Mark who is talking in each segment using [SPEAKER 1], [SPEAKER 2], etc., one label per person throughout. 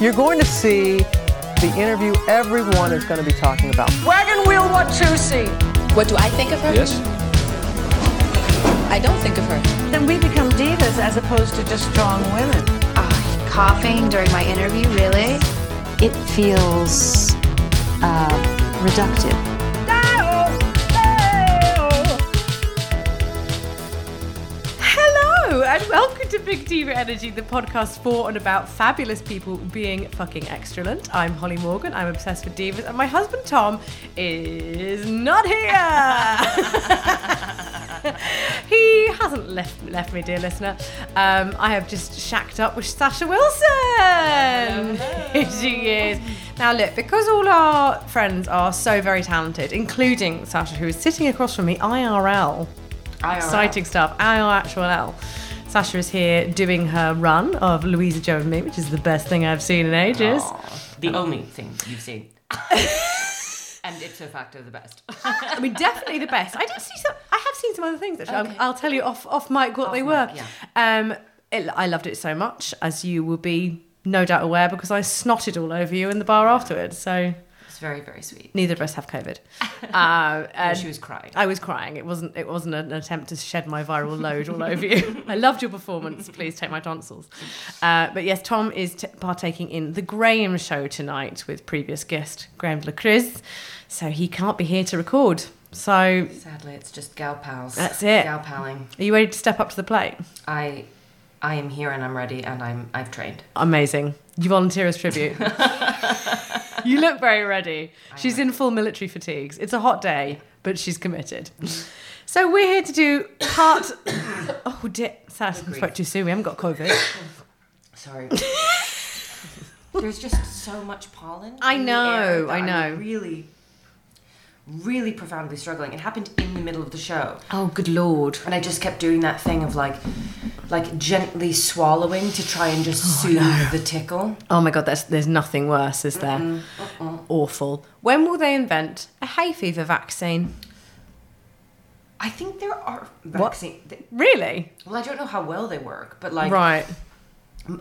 [SPEAKER 1] You're going to see the interview everyone is going to be talking about.
[SPEAKER 2] Wagon wheel Watusi.
[SPEAKER 3] What do I think of her?
[SPEAKER 4] Yes.
[SPEAKER 3] I don't think of her.
[SPEAKER 2] Then we become divas as opposed to just strong women.
[SPEAKER 5] Ah, coughing during my interview, really?
[SPEAKER 6] It feels uh, reductive.
[SPEAKER 7] Hello and welcome to Big Diva Energy, the podcast for and about fabulous people being fucking extravagant. I'm Holly Morgan. I'm obsessed with divas, and my husband Tom is not here. he hasn't left left me, dear listener. Um, I have just shacked up with Sasha Wilson. she is. Now look, because all our friends are so very talented, including Sasha, who is sitting across from me, IRL. Exciting stuff. Our actual L. Sasha is here doing her run of Louisa Joe and Me, which is the best thing I've seen in ages. Um,
[SPEAKER 8] The only thing you've seen. and ipso facto, the best.
[SPEAKER 7] I mean, definitely the best. I did see some. I have seen some other things actually. I'm- I'll tell you off off mic what they were.
[SPEAKER 8] mic,
[SPEAKER 7] Um, it, I loved it so much, as you will be no doubt aware, because I snotted all over you in the bar afterwards. So
[SPEAKER 8] It's very, very sweet.
[SPEAKER 7] neither of us have COVID. Uh, and
[SPEAKER 8] she was crying.
[SPEAKER 7] I was crying. It wasn't. It wasn't an attempt to shed my viral load all over you. I loved your performance. Please take my tonsils. Uh, but yes, Tom is t- partaking in the Graham Show tonight with previous guest Graham Lacris, so he can't be here to record. So, are
[SPEAKER 8] Sadly, it's just gal pals.
[SPEAKER 7] That's it.
[SPEAKER 8] Gal paling.
[SPEAKER 7] you ready to step up to the plate?
[SPEAKER 8] I, I am here and I'm ready and I'm I've trained.
[SPEAKER 7] Amazing. You volunteer as tribute. you look very ready. She's in full military fatigues. It's a hot day, but she's committed. So we're here to do part. oh, dear. Sorry, I spoke too soon. We haven't got COVID.
[SPEAKER 8] Sorry. There's just so much pollen.
[SPEAKER 7] I
[SPEAKER 8] in the
[SPEAKER 7] know,
[SPEAKER 8] air that
[SPEAKER 7] I know.
[SPEAKER 8] I'm really, really profoundly struggling. It happened in the middle of the show.
[SPEAKER 7] Oh, good lord.
[SPEAKER 8] And I just kept doing that thing of like, like gently swallowing to try and just soothe the tickle.
[SPEAKER 7] Oh my god, that's, there's nothing worse, is there? uh-uh. Awful. When will they invent a hay fever vaccine?
[SPEAKER 8] I think there are vaccine.
[SPEAKER 7] Really?
[SPEAKER 8] Well, I don't know how well they work, but like,
[SPEAKER 7] right.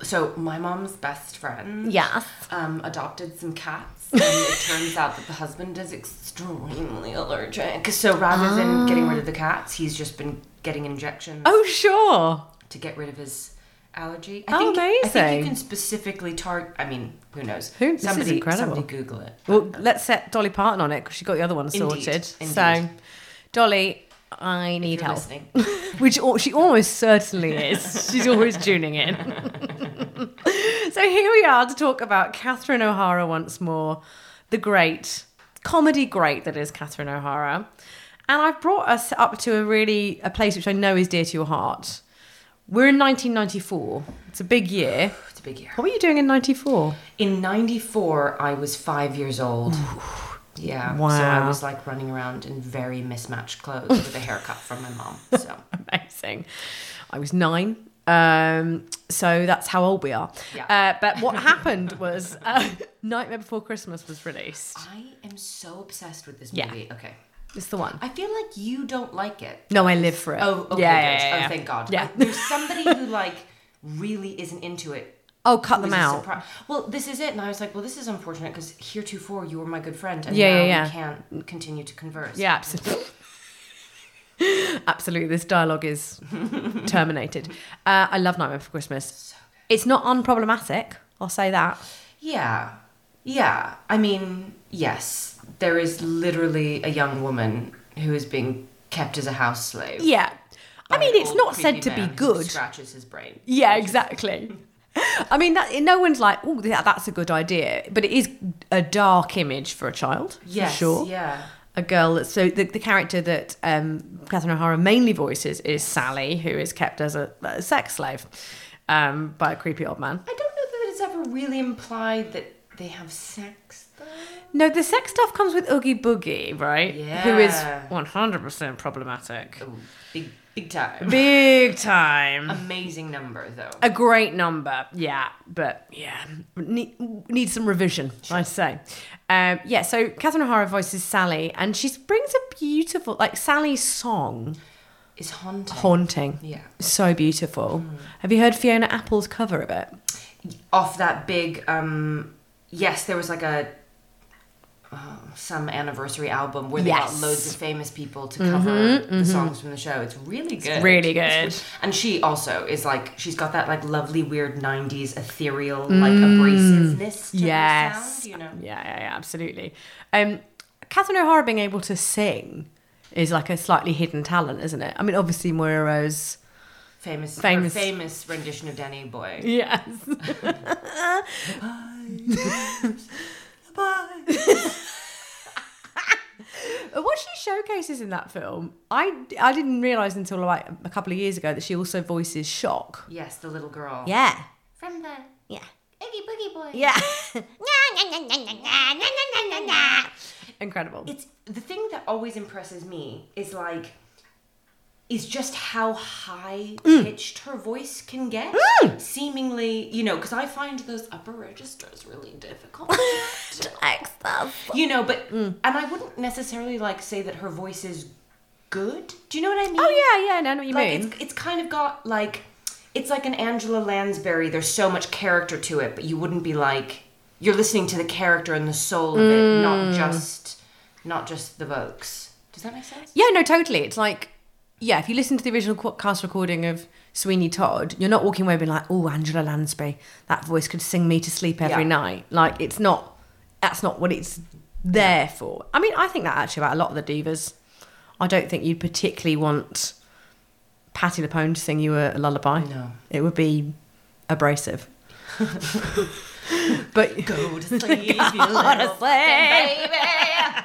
[SPEAKER 8] so my mom's best friend
[SPEAKER 7] Yes.
[SPEAKER 8] um, adopted some cats, and it turns out that the husband is extremely allergic. So rather than getting rid of the cats, he's just been getting injections
[SPEAKER 7] Oh, sure.
[SPEAKER 8] to get rid of his allergy.
[SPEAKER 7] Oh,
[SPEAKER 8] I think
[SPEAKER 7] amazing.
[SPEAKER 8] you can specifically target. I mean, who knows?
[SPEAKER 7] Who- this is
[SPEAKER 8] somebody,
[SPEAKER 7] incredible.
[SPEAKER 8] Somebody Google it.
[SPEAKER 7] Well, let's set Dolly Parton on it because she got the other one
[SPEAKER 8] Indeed,
[SPEAKER 7] sorted. So,
[SPEAKER 8] indeed.
[SPEAKER 7] Dolly, I need
[SPEAKER 8] If you're
[SPEAKER 7] help.
[SPEAKER 8] listening.
[SPEAKER 7] Which al- she almost certainly is. She's always tuning in. so here we are to talk about Catherine O'Hara once more, the great comedy great that is Catherine O'Hara. And I've brought us up to a really a place which I know is dear to your heart. We're in 1994. It's a big year.
[SPEAKER 8] It's a big year.
[SPEAKER 7] What were you doing in 94?
[SPEAKER 8] In '94, I was five years old. Yeah. So
[SPEAKER 7] Wow.
[SPEAKER 8] I was like running around in very mismatched clothes with a haircut from my mom. So
[SPEAKER 7] Amazing. I was nine. Um, so that's how old we are.
[SPEAKER 8] Yeah.
[SPEAKER 7] Uh, but what happened was uh, Nightmare Before Christmas was released.
[SPEAKER 8] I am so obsessed with this
[SPEAKER 7] Yeah.
[SPEAKER 8] movie. Okay.
[SPEAKER 7] It's the one.
[SPEAKER 8] I feel like you don't like it.
[SPEAKER 7] No, I live for it.
[SPEAKER 8] Oh,
[SPEAKER 7] Yeah,
[SPEAKER 8] okay. good.
[SPEAKER 7] yeah, yeah, yeah.
[SPEAKER 8] Oh, thank God.
[SPEAKER 7] Yeah.
[SPEAKER 8] I- there's somebody who like really isn't into it.
[SPEAKER 7] Oh, cut
[SPEAKER 8] who
[SPEAKER 7] them
[SPEAKER 8] is a
[SPEAKER 7] out.
[SPEAKER 8] surpri- Well, this is it, and I was like, well, this is unfortunate because heretofore you were my good friend, and
[SPEAKER 7] Yeah,
[SPEAKER 8] now
[SPEAKER 7] yeah,
[SPEAKER 8] we
[SPEAKER 7] yeah.
[SPEAKER 8] can't continue to converse.
[SPEAKER 7] Yeah, absolutely. absolutely. This dialogue is terminated. Uh, I love Nightmare Before Christmas. It's not unproblematic. I'll say that.
[SPEAKER 8] Yeah. Yeah. I mean, yes, there is literally a young woman who is being kept as a house slave.
[SPEAKER 7] Yeah. I
[SPEAKER 8] by
[SPEAKER 7] mean,
[SPEAKER 8] an
[SPEAKER 7] it's
[SPEAKER 8] old
[SPEAKER 7] not said
[SPEAKER 8] creepy
[SPEAKER 7] to be
[SPEAKER 8] man who
[SPEAKER 7] good.
[SPEAKER 8] Scratches his brain.
[SPEAKER 7] Yeah, exactly. I mean, that, no one's like, oh, that, that's a good idea. But it is a dark image for a child,
[SPEAKER 8] Yes.
[SPEAKER 7] for sure.
[SPEAKER 8] Yeah.
[SPEAKER 7] A girl that's so the, the character that um, Catherine O'Hara mainly voices is Sally, who is kept as a, a sex slave um, by a creepy old man.
[SPEAKER 8] I don't know that it's ever really implied that they have sex, though.
[SPEAKER 7] No, the sex stuff comes with Oogie Boogie, right? Who is
[SPEAKER 8] Yeah.
[SPEAKER 7] 100% problematic.
[SPEAKER 8] Ooh, big, big time.
[SPEAKER 7] Big time.
[SPEAKER 8] Amazing number, though.
[SPEAKER 7] a great number, yeah, but yeah, need, needs some revision, I'd say. Um, yeah, so Catherine O'Hara voices Sally, and she brings a beautiful, like Sally's song
[SPEAKER 8] is haunting.
[SPEAKER 7] Haunting.
[SPEAKER 8] Yeah. Mm.
[SPEAKER 7] So beautiful. Have you heard Fiona Apple's cover of it?
[SPEAKER 8] Off that big, um, yes, there was like a oh, some anniversary album where they
[SPEAKER 7] Yes.
[SPEAKER 8] got loads of famous people to cover the songs from the show. It's really good.
[SPEAKER 7] really
[SPEAKER 8] It's
[SPEAKER 7] good.
[SPEAKER 8] re- and she also is like she's got that like lovely weird 90s ethereal like abrasiveness to her sound, you know.
[SPEAKER 7] Yeah, yeah, yeah, absolutely. Um, Catherine O'Hara being able to sing is like a slightly hidden talent, isn't it? I mean, obviously, Moira Rose.
[SPEAKER 8] Famous her
[SPEAKER 7] Famous.
[SPEAKER 8] famous rendition of Danny Boy.
[SPEAKER 7] Yes. But what she showcases in that film, I, I didn't realise until like a couple of years ago that she also voices Shock.
[SPEAKER 8] Yes, the little girl.
[SPEAKER 7] Yeah.
[SPEAKER 4] From the
[SPEAKER 7] Yeah.
[SPEAKER 4] Oogie Boogie Boy.
[SPEAKER 7] Yeah.
[SPEAKER 4] Yeah.
[SPEAKER 7] Incredible.
[SPEAKER 8] it's the thing that always impresses me is like is just how high
[SPEAKER 7] Mm.
[SPEAKER 8] pitched her voice can get seemingly you know because i find those upper registers really difficult you know but
[SPEAKER 7] Mm.
[SPEAKER 8] and i wouldn't necessarily like say that her voice is good do you know what i mean
[SPEAKER 7] Oh, yeah, yeah, no, I know what you
[SPEAKER 8] like
[SPEAKER 7] mean.
[SPEAKER 8] it's, it's kind of got like it's like an angela lansbury there's so much character to it but you wouldn't be like you're listening to the character and the soul of it not
[SPEAKER 7] Mm.
[SPEAKER 8] just not just the vocals does that make sense
[SPEAKER 7] Yeah, no, totally. It's like, yeah, if you listen to the original qu- cast recording of Sweeney Todd, you're not walking away being like, oh, Angela Lansbury, that voice could sing me to sleep every
[SPEAKER 8] Yeah.
[SPEAKER 7] night. Like, it's not, that's not what it's there for. I mean, I think that actually about a lot of the divas. I don't think you'd particularly want Patti LuPone to sing you a, a lullaby.
[SPEAKER 8] No.
[SPEAKER 7] It would be abrasive. but
[SPEAKER 8] go to sleep you
[SPEAKER 7] honestly.
[SPEAKER 8] little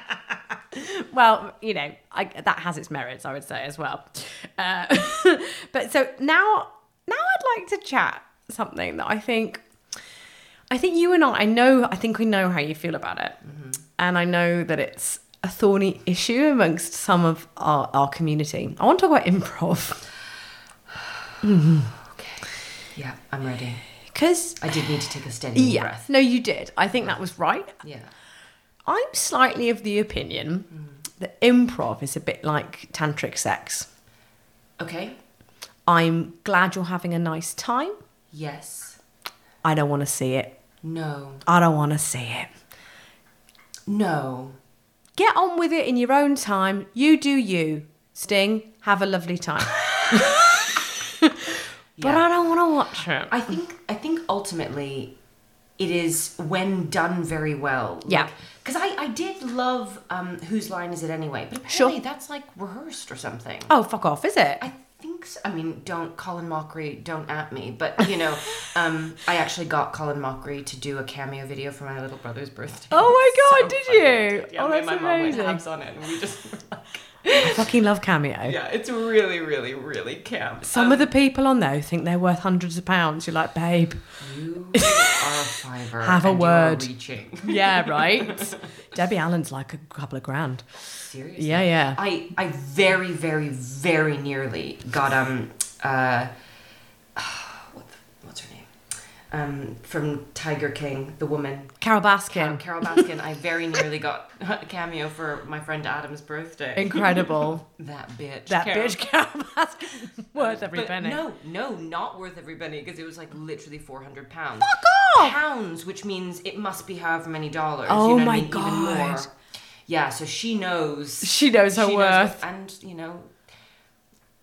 [SPEAKER 7] well, you know, I, that has its merits, I would say as well. Uh, but so now, now I'd like to chat something that I think, I think you and I, I know, I think we know how you feel about it, and I know that it's a thorny issue amongst some of our, our community. I want to talk about improv
[SPEAKER 8] yeah i'm ready
[SPEAKER 7] because.
[SPEAKER 8] i did need to take a steady
[SPEAKER 7] Yeah,
[SPEAKER 8] breath
[SPEAKER 7] no, you did. I think that was right.
[SPEAKER 8] yeah
[SPEAKER 7] I'm slightly of the opinion that improv is a bit like tantric sex.
[SPEAKER 8] okay
[SPEAKER 7] I'm glad you're having a nice time.
[SPEAKER 8] yes
[SPEAKER 7] I don't want to see it.
[SPEAKER 8] no
[SPEAKER 7] I don't want to see it.
[SPEAKER 8] no
[SPEAKER 7] Get on with it in your own time. You do you. Sting, have a lovely time. But I don't want to watch it.
[SPEAKER 8] I think I think ultimately it is when done very well.
[SPEAKER 7] Yeah.
[SPEAKER 8] Because I, I did love um, Whose Line Is It Anyway? But apparently
[SPEAKER 7] Sure.
[SPEAKER 8] that's like rehearsed or something.
[SPEAKER 7] Oh, fuck off, is it?
[SPEAKER 8] I think so. I mean, don't Colin Mockery, don't at me. But, you know, um, I actually got Colin Mockery to do a cameo video for my little brother's birthday.
[SPEAKER 7] Oh my
[SPEAKER 8] It's
[SPEAKER 7] God, did you?
[SPEAKER 8] Yeah,
[SPEAKER 7] Oh,
[SPEAKER 8] me and
[SPEAKER 7] that's
[SPEAKER 8] my
[SPEAKER 7] amazing.
[SPEAKER 8] mom went abs on it and we just were like,
[SPEAKER 7] I fucking love Cameo.
[SPEAKER 8] yeah, it's really, really, really camp. Um,
[SPEAKER 7] Some of the people on there who think they're worth hundreds of pounds. You're like, babe.
[SPEAKER 8] You are a fiver.
[SPEAKER 7] Have a
[SPEAKER 8] and you are
[SPEAKER 7] word.
[SPEAKER 8] reaching.
[SPEAKER 7] Yeah, right? Debbie Allen's like a couple of grand.
[SPEAKER 8] Seriously.
[SPEAKER 7] Yeah, yeah.
[SPEAKER 8] I I very very very nearly got um uh what the, what's her name um from Tiger King the woman
[SPEAKER 7] Carol
[SPEAKER 8] Carol,
[SPEAKER 7] Baskin.
[SPEAKER 8] Carol Baskin I very nearly got a cameo for my friend Adam's birthday
[SPEAKER 7] Incredible.
[SPEAKER 8] that bitch
[SPEAKER 7] that
[SPEAKER 8] Carol.
[SPEAKER 7] bitch Carol Baskin. Worth every
[SPEAKER 8] But
[SPEAKER 7] penny.
[SPEAKER 8] no no not worth every penny because it was like literally four hundred pounds
[SPEAKER 7] Fuck off!
[SPEAKER 8] pounds which means it must be however many dollars
[SPEAKER 7] Oh
[SPEAKER 8] you know
[SPEAKER 7] my
[SPEAKER 8] what I mean? even more
[SPEAKER 7] God.
[SPEAKER 8] yeah so she knows
[SPEAKER 7] She knows her
[SPEAKER 8] She knows
[SPEAKER 7] worth.
[SPEAKER 8] what- and you know,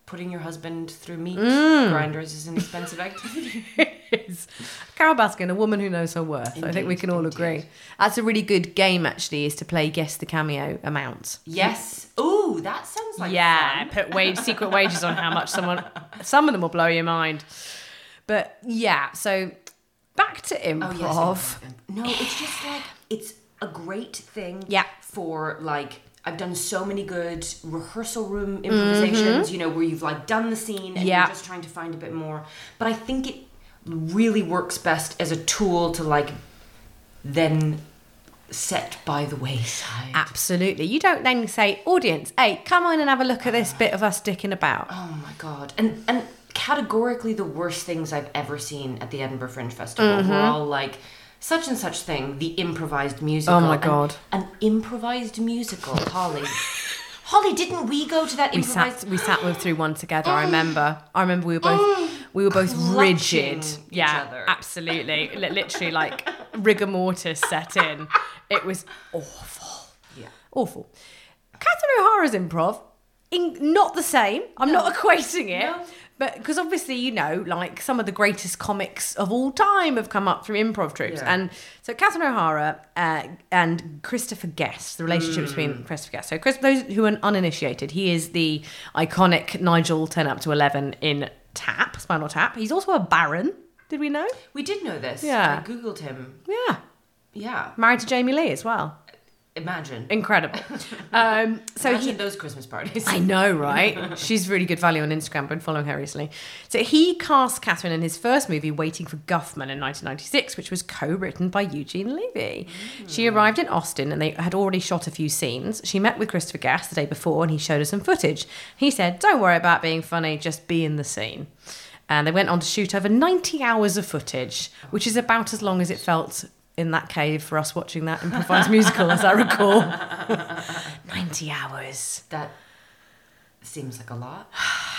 [SPEAKER 8] putting your husband through meat
[SPEAKER 7] Mm.
[SPEAKER 8] grinders is an expensive activity.
[SPEAKER 7] is. Carol Baskin, a woman who knows her worth. I think we
[SPEAKER 8] Indeed,
[SPEAKER 7] can all
[SPEAKER 8] indeed.
[SPEAKER 7] agree. That's a really good game, actually, is to play guess the cameo amount.
[SPEAKER 8] yes. Ooh, that sounds like
[SPEAKER 7] yeah,
[SPEAKER 8] fun.
[SPEAKER 7] put wage, secret wages on how much someone. Some of them will blow your mind. But yeah, so back to
[SPEAKER 8] Oh,
[SPEAKER 7] improv.
[SPEAKER 8] yes, improv. No, it's just like it's a great thing.
[SPEAKER 7] Yeah.
[SPEAKER 8] For like. I've done so many good rehearsal room improvisations, you know, where you've like done the scene and
[SPEAKER 7] Mm-hmm. Yeah.
[SPEAKER 8] you're just trying to find a bit more. But I think it really works best as a tool to like then set by the wayside.
[SPEAKER 7] Absolutely. You don't then say, audience, hey, come on and have a look at this bit of us dicking about.
[SPEAKER 8] Oh my god! And and categorically the worst things I've ever seen at the Edinburgh Fringe Festival
[SPEAKER 7] Mm-hmm.
[SPEAKER 8] were all like such and such thing, the improvised musical.
[SPEAKER 7] Oh my
[SPEAKER 8] And-
[SPEAKER 7] God.
[SPEAKER 8] An, improvised musical, Holly. Holly, didn't we go to that
[SPEAKER 7] We sat
[SPEAKER 8] improvised?
[SPEAKER 7] we sat with through one together. I remember. I remember we were both we were both rigid.
[SPEAKER 8] Clutching each
[SPEAKER 7] Yeah,
[SPEAKER 8] other.
[SPEAKER 7] absolutely. Li- Literally like rigor mortis set in. It was awful. Yeah, awful. Catherine O'Hara's improv, in, not the same. I'm not equating it. But because obviously you know, like some of the greatest comics of all time have come up through improv troops,
[SPEAKER 8] Yeah.
[SPEAKER 7] and so Catherine O'Hara uh, and Christopher Guest, the relationship
[SPEAKER 8] Hmm.
[SPEAKER 7] between Christopher Guest. So Chris, those who are uninitiated, he is the iconic Nigel Ten Up to Eleven in Tap, Spinal Tap. He's also a Baron. Did we know?
[SPEAKER 8] we did know this.
[SPEAKER 7] Yeah.
[SPEAKER 8] I googled him.
[SPEAKER 7] Yeah,
[SPEAKER 8] Yeah.
[SPEAKER 7] married to Jamie Lee as well.
[SPEAKER 8] Imagine.
[SPEAKER 7] Incredible. um, so
[SPEAKER 8] Imagine
[SPEAKER 7] he,
[SPEAKER 8] those Christmas parties.
[SPEAKER 7] I know, right? She's really good value on Instagram. I've been following her recently. So he cast Catherine in his first movie, Waiting for Guffman, in 1996, which was co written by Eugene Levy. She arrived in Austin and they had already shot a few scenes. She met with Christopher Guest the day before and he showed her some footage. He said, Don't worry about being funny, just be in the scene. And they went on to shoot over 90 hours of footage, which is about as long as it felt in that cave for us watching that improvised musical, as I recall. 90 hours.
[SPEAKER 8] That seems like a lot.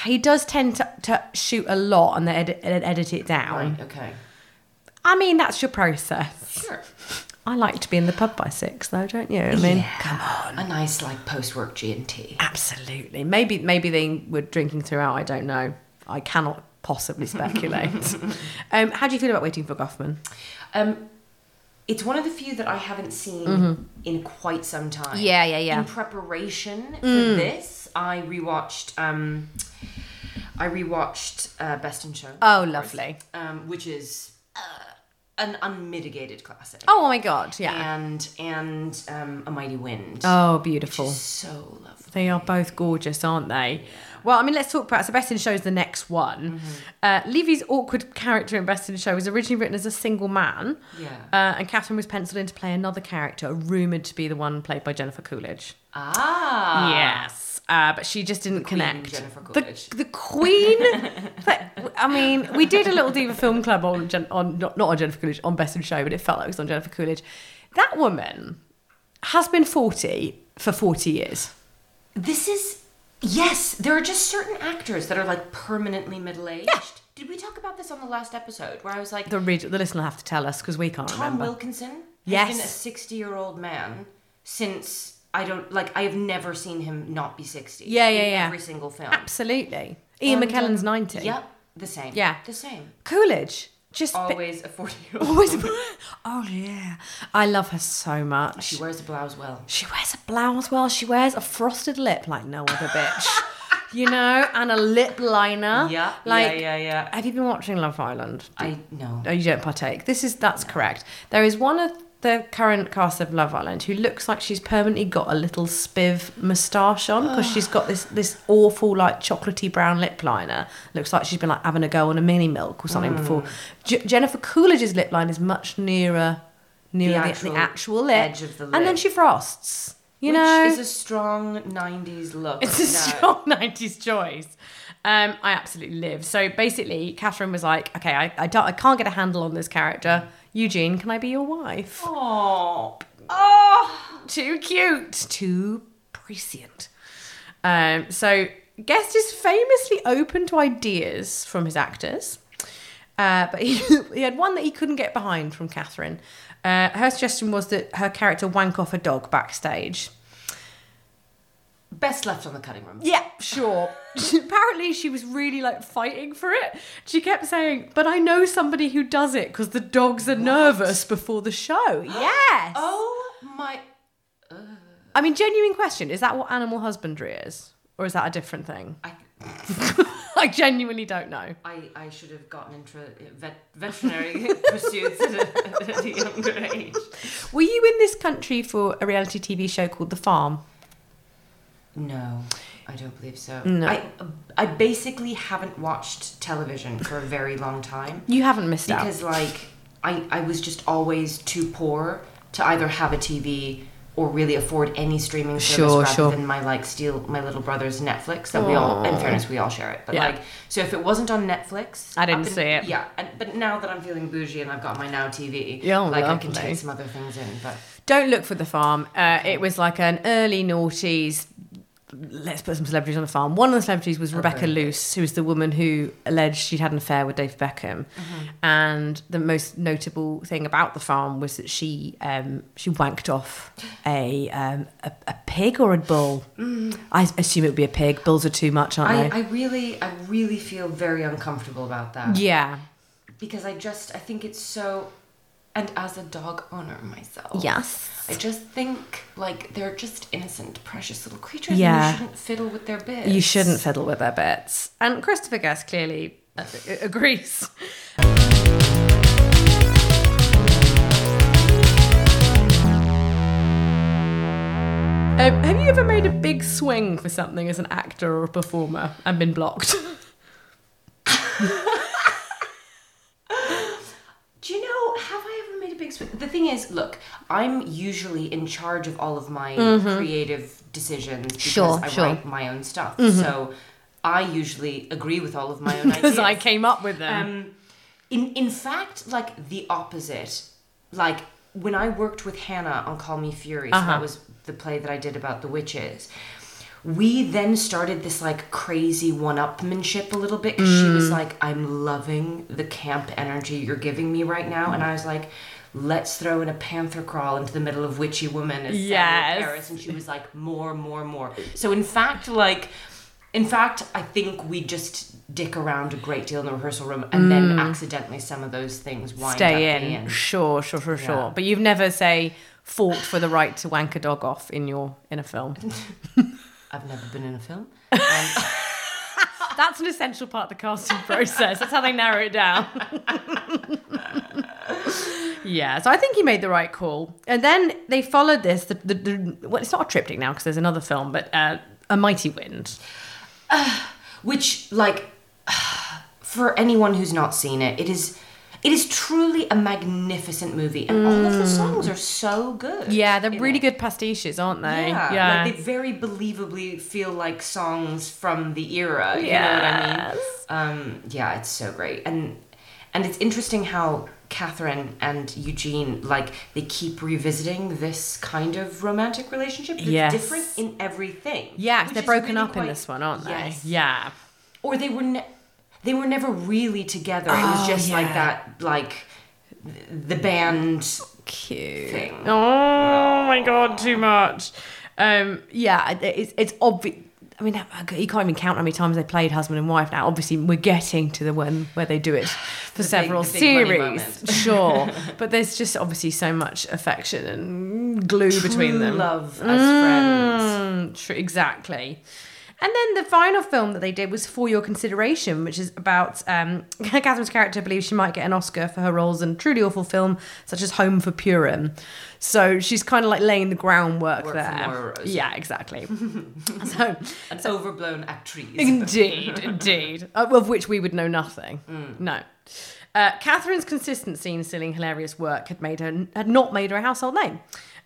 [SPEAKER 7] He does tend to, to shoot a lot and then edit, and edit it down.
[SPEAKER 8] Right. Okay.
[SPEAKER 7] I mean, that's your process.
[SPEAKER 8] Sure.
[SPEAKER 7] I like to be in the pub by six, though, don't you? I mean, come on.
[SPEAKER 8] A nice like post-work G and T.
[SPEAKER 7] Absolutely. Maybe maybe they were drinking throughout. I don't know. I cannot possibly speculate. um, how do you feel about waiting for Goffman?
[SPEAKER 8] Um, it's one of the few that I haven't seen in quite some time.
[SPEAKER 7] Mm-hmm. Yeah, yeah, yeah. Mm.
[SPEAKER 8] In preparation for this, I rewatched. Um, I rewatched uh, Best in Show.
[SPEAKER 7] Oh, lovely.
[SPEAKER 8] um, which is uh, an unmitigated classic.
[SPEAKER 7] Oh my God. Yeah.
[SPEAKER 8] And and um, A Mighty Wind.
[SPEAKER 7] Oh, beautiful.
[SPEAKER 8] So lovely.
[SPEAKER 7] They are both gorgeous, aren't they? Well, I mean, let's talk about so Best in Show is the next one.
[SPEAKER 8] Mm-hmm.
[SPEAKER 7] Uh, Levy's awkward character in Best in Show was originally written as a single man,
[SPEAKER 8] Yeah.
[SPEAKER 7] uh, and Catherine was penciled in to play another character, rumored to be the one played by Jennifer Coolidge.
[SPEAKER 8] Ah.
[SPEAKER 7] Yes, uh, but she just didn't
[SPEAKER 8] Queen
[SPEAKER 7] connect.
[SPEAKER 8] Jennifer
[SPEAKER 7] The-
[SPEAKER 8] Coolidge.
[SPEAKER 7] The, Queen. but, I mean, we did a little Diva Film Club on Jen, on not, not on Jennifer Coolidge on Best in Show, but it felt like it was on Jennifer Coolidge. That woman has been forty for forty years.
[SPEAKER 8] This is yes. There are just certain actors that are like permanently middle aged. Did we talk about this on the last episode where I was like
[SPEAKER 7] The read, the listener will have to tell us because we can't
[SPEAKER 8] Tom
[SPEAKER 7] remember.
[SPEAKER 8] Wilkinson has
[SPEAKER 7] Yes.
[SPEAKER 8] been a sixty year old man since I don't like I have never seen him not be sixty.
[SPEAKER 7] Yeah, yeah,
[SPEAKER 8] in
[SPEAKER 7] yeah.
[SPEAKER 8] Every single film.
[SPEAKER 7] Absolutely. Ian
[SPEAKER 8] And, um,
[SPEAKER 7] McKellen's 90.
[SPEAKER 8] Yep. Oh, The same.
[SPEAKER 7] Yeah.
[SPEAKER 8] The same.
[SPEAKER 7] Coolidge. Just be-
[SPEAKER 8] Always a forty year old.
[SPEAKER 7] always. oh yeah, I love her so much.
[SPEAKER 8] She wears a blouse well.
[SPEAKER 7] She wears a blouse well. She wears a frosted lip like no other bitch. you know, and a lip liner.
[SPEAKER 8] Yeah,
[SPEAKER 7] Like,
[SPEAKER 8] yeah, yeah, yeah.
[SPEAKER 7] Have you been watching Love Island?
[SPEAKER 8] I know.
[SPEAKER 7] No, Oh, you don't partake. This is that's correct. There is one of the current cast of Love Island who looks like she's permanently got a little spiv moustache on because she's got this this awful like chocolatey brown lip liner. Looks like she's been like having a go on a mini milk or something
[SPEAKER 8] Mm.
[SPEAKER 7] before. J- Jennifer Coolidge's lip line is much nearer nearer the the actual,
[SPEAKER 8] actual
[SPEAKER 7] lip.
[SPEAKER 8] edge of the
[SPEAKER 7] and then
[SPEAKER 8] lip.
[SPEAKER 7] she frosts. You
[SPEAKER 8] Which
[SPEAKER 7] know,
[SPEAKER 8] is a strong 90s look.
[SPEAKER 7] it's a strong 90s choice. Um, I absolutely live. So basically, Catherine was like, okay, I, I, don't, I can't get a handle on this character. Eugene, can I be your wife?
[SPEAKER 8] Oh,
[SPEAKER 7] Too cute. Too prescient. Um, so Guest is famously open to ideas from his actors. Uh, but he, he had one that he couldn't get behind from Catherine. Uh, her suggestion was that her character wank off a dog backstage.
[SPEAKER 8] best left on the cutting room.
[SPEAKER 7] Yeah, sure. Apparently, she was really like fighting for it. She kept saying, "But I know somebody who does it because the dogs are nervous before the show." yes.
[SPEAKER 8] Oh my.
[SPEAKER 7] I mean, genuine question: Is that what animal husbandry is, or is that a different thing?
[SPEAKER 8] I,
[SPEAKER 7] I genuinely don't know.
[SPEAKER 8] I, I should have gotten into vet, veterinary pursuits at a, at a younger age.
[SPEAKER 7] Were you in this country for a reality TV show called The Farm?
[SPEAKER 8] No, I don't believe so. No. I, I basically haven't watched television for a very long time.
[SPEAKER 7] You haven't missed out.
[SPEAKER 8] because like I, I was just always too poor to either have a TV or really afford any streaming service
[SPEAKER 7] Sure,
[SPEAKER 8] rather
[SPEAKER 7] sure.
[SPEAKER 8] than my like steal my little brother's Netflix that we all in fairness we all share it. But
[SPEAKER 7] Yeah.
[SPEAKER 8] like so if it wasn't on Netflix
[SPEAKER 7] I didn't
[SPEAKER 8] up in-
[SPEAKER 7] see it.
[SPEAKER 8] Yeah. And, but now that I'm feeling bougie and I've got my now TV
[SPEAKER 7] Yeah,
[SPEAKER 8] like I can
[SPEAKER 7] lovely.
[SPEAKER 8] take some other things in. But
[SPEAKER 7] Don't look for the farm. Uh, it was like an early noughties let's put some celebrities on the farm. One of the celebrities was Rebecca Luce, who was the woman who alleged she'd had an affair with Dave Beckham.
[SPEAKER 8] Mm-hmm.
[SPEAKER 7] And the most notable thing about the farm was that she um, she wanked off a, um, a a pig or a bull. I assume it would be a pig. Bulls are too much, aren't
[SPEAKER 8] Mm. I,
[SPEAKER 7] they?
[SPEAKER 8] I really, I really feel very uncomfortable about that.
[SPEAKER 7] yeah.
[SPEAKER 8] because I just I think it's so and as a dog owner myself.
[SPEAKER 7] Yes.
[SPEAKER 8] I just think like they're just innocent, precious little creatures.
[SPEAKER 7] Yeah.
[SPEAKER 8] And you shouldn't fiddle with their bits.
[SPEAKER 7] You shouldn't fiddle with their bits. And Christopher Guest clearly uh, agrees. Um, have you ever made a big swing for something as an actor or a performer and been blocked?
[SPEAKER 8] Do you know, have I ever made a big swing? The thing is, look, I'm usually in charge of all of my creative decisions because
[SPEAKER 7] Mm-hmm. Sure,
[SPEAKER 8] I
[SPEAKER 7] sure. Mm-hmm.
[SPEAKER 8] write my own stuff. So I usually agree with all of my own ideas.
[SPEAKER 7] Because I came up with them.
[SPEAKER 8] Um, in in fact, like the opposite. Like when I worked with Hannah on Call Me Fury, so that was the play that I did about the witches. We then started this like crazy one-upmanship a little bit because she was like, "I'm loving the camp energy you're giving me right now," and I was like. Let's throw in a panther crawl into the middle of witchy woman as
[SPEAKER 7] Yes.
[SPEAKER 8] yes. Paris, and she was like more, more, more. So in fact, like in fact, I think we just dick around a great deal in the rehearsal room, and then accidentally some of those things wind
[SPEAKER 7] Mm. Stay
[SPEAKER 8] up
[SPEAKER 7] in.
[SPEAKER 8] being.
[SPEAKER 7] Sure, sure, sure, sure.
[SPEAKER 8] Yeah.
[SPEAKER 7] But you've never, say, fought for the right to wank a dog off in your in a film.
[SPEAKER 8] I've never been in a film.
[SPEAKER 7] That's an essential part of the casting process. That's how they narrow it down. yeah, so I think he made the right call. And then they followed this. The, the, the, well, it's not a triptych now because there's another film, but uh, A Mighty Wind.
[SPEAKER 8] Which, like, for anyone who's not seen it, it is. It is truly a magnificent movie, and all of the songs are so good.
[SPEAKER 7] Mm. Yeah, they're
[SPEAKER 8] in
[SPEAKER 7] really
[SPEAKER 8] it.
[SPEAKER 7] good pastiches, aren't they?
[SPEAKER 8] Yeah,
[SPEAKER 7] yeah.
[SPEAKER 8] Like, they very believably feel like songs from the era. You know what I mean? Um, yeah, it's so great, and and it's interesting how Catherine and Eugene like they keep revisiting this kind of romantic relationship. That's
[SPEAKER 7] Yes.
[SPEAKER 8] different in everything.
[SPEAKER 7] yeah, 'cause
[SPEAKER 8] which
[SPEAKER 7] they're
[SPEAKER 8] is
[SPEAKER 7] broken
[SPEAKER 8] really
[SPEAKER 7] up in
[SPEAKER 8] quite-
[SPEAKER 7] this one, aren't they?
[SPEAKER 8] Yes.
[SPEAKER 7] Yeah.
[SPEAKER 8] Or they were. Ne- they were never really together. it
[SPEAKER 7] Oh,
[SPEAKER 8] was just like that, like th- the band
[SPEAKER 7] Cute.
[SPEAKER 8] thing.
[SPEAKER 7] Oh my god, too much. Um, yeah, it- it's it's obvious. I mean, you can't even count how many times they played husband and wife. Now, obviously, we're getting to the one where they do it for several
[SPEAKER 8] the big money
[SPEAKER 7] series,
[SPEAKER 8] moment.
[SPEAKER 7] sure. But there's just obviously so much affection and glue between
[SPEAKER 8] True
[SPEAKER 7] them.
[SPEAKER 8] love as friends.
[SPEAKER 7] Mm, tr- exactly. And then the final film that they did was For Your Consideration, which is about um, Catherine's character believes she might get an Oscar for her roles in truly awful film such as Home for Purim. So she's kind of like laying the groundwork
[SPEAKER 8] Work for
[SPEAKER 7] there.
[SPEAKER 8] Moira Rose.
[SPEAKER 7] Yeah, exactly. so
[SPEAKER 8] An overblown actrice.
[SPEAKER 7] Indeed, indeed. Uh, Of which we would know nothing. No. Uh, Catherine's consistency in stealing hilarious work had made her had not made her a household name.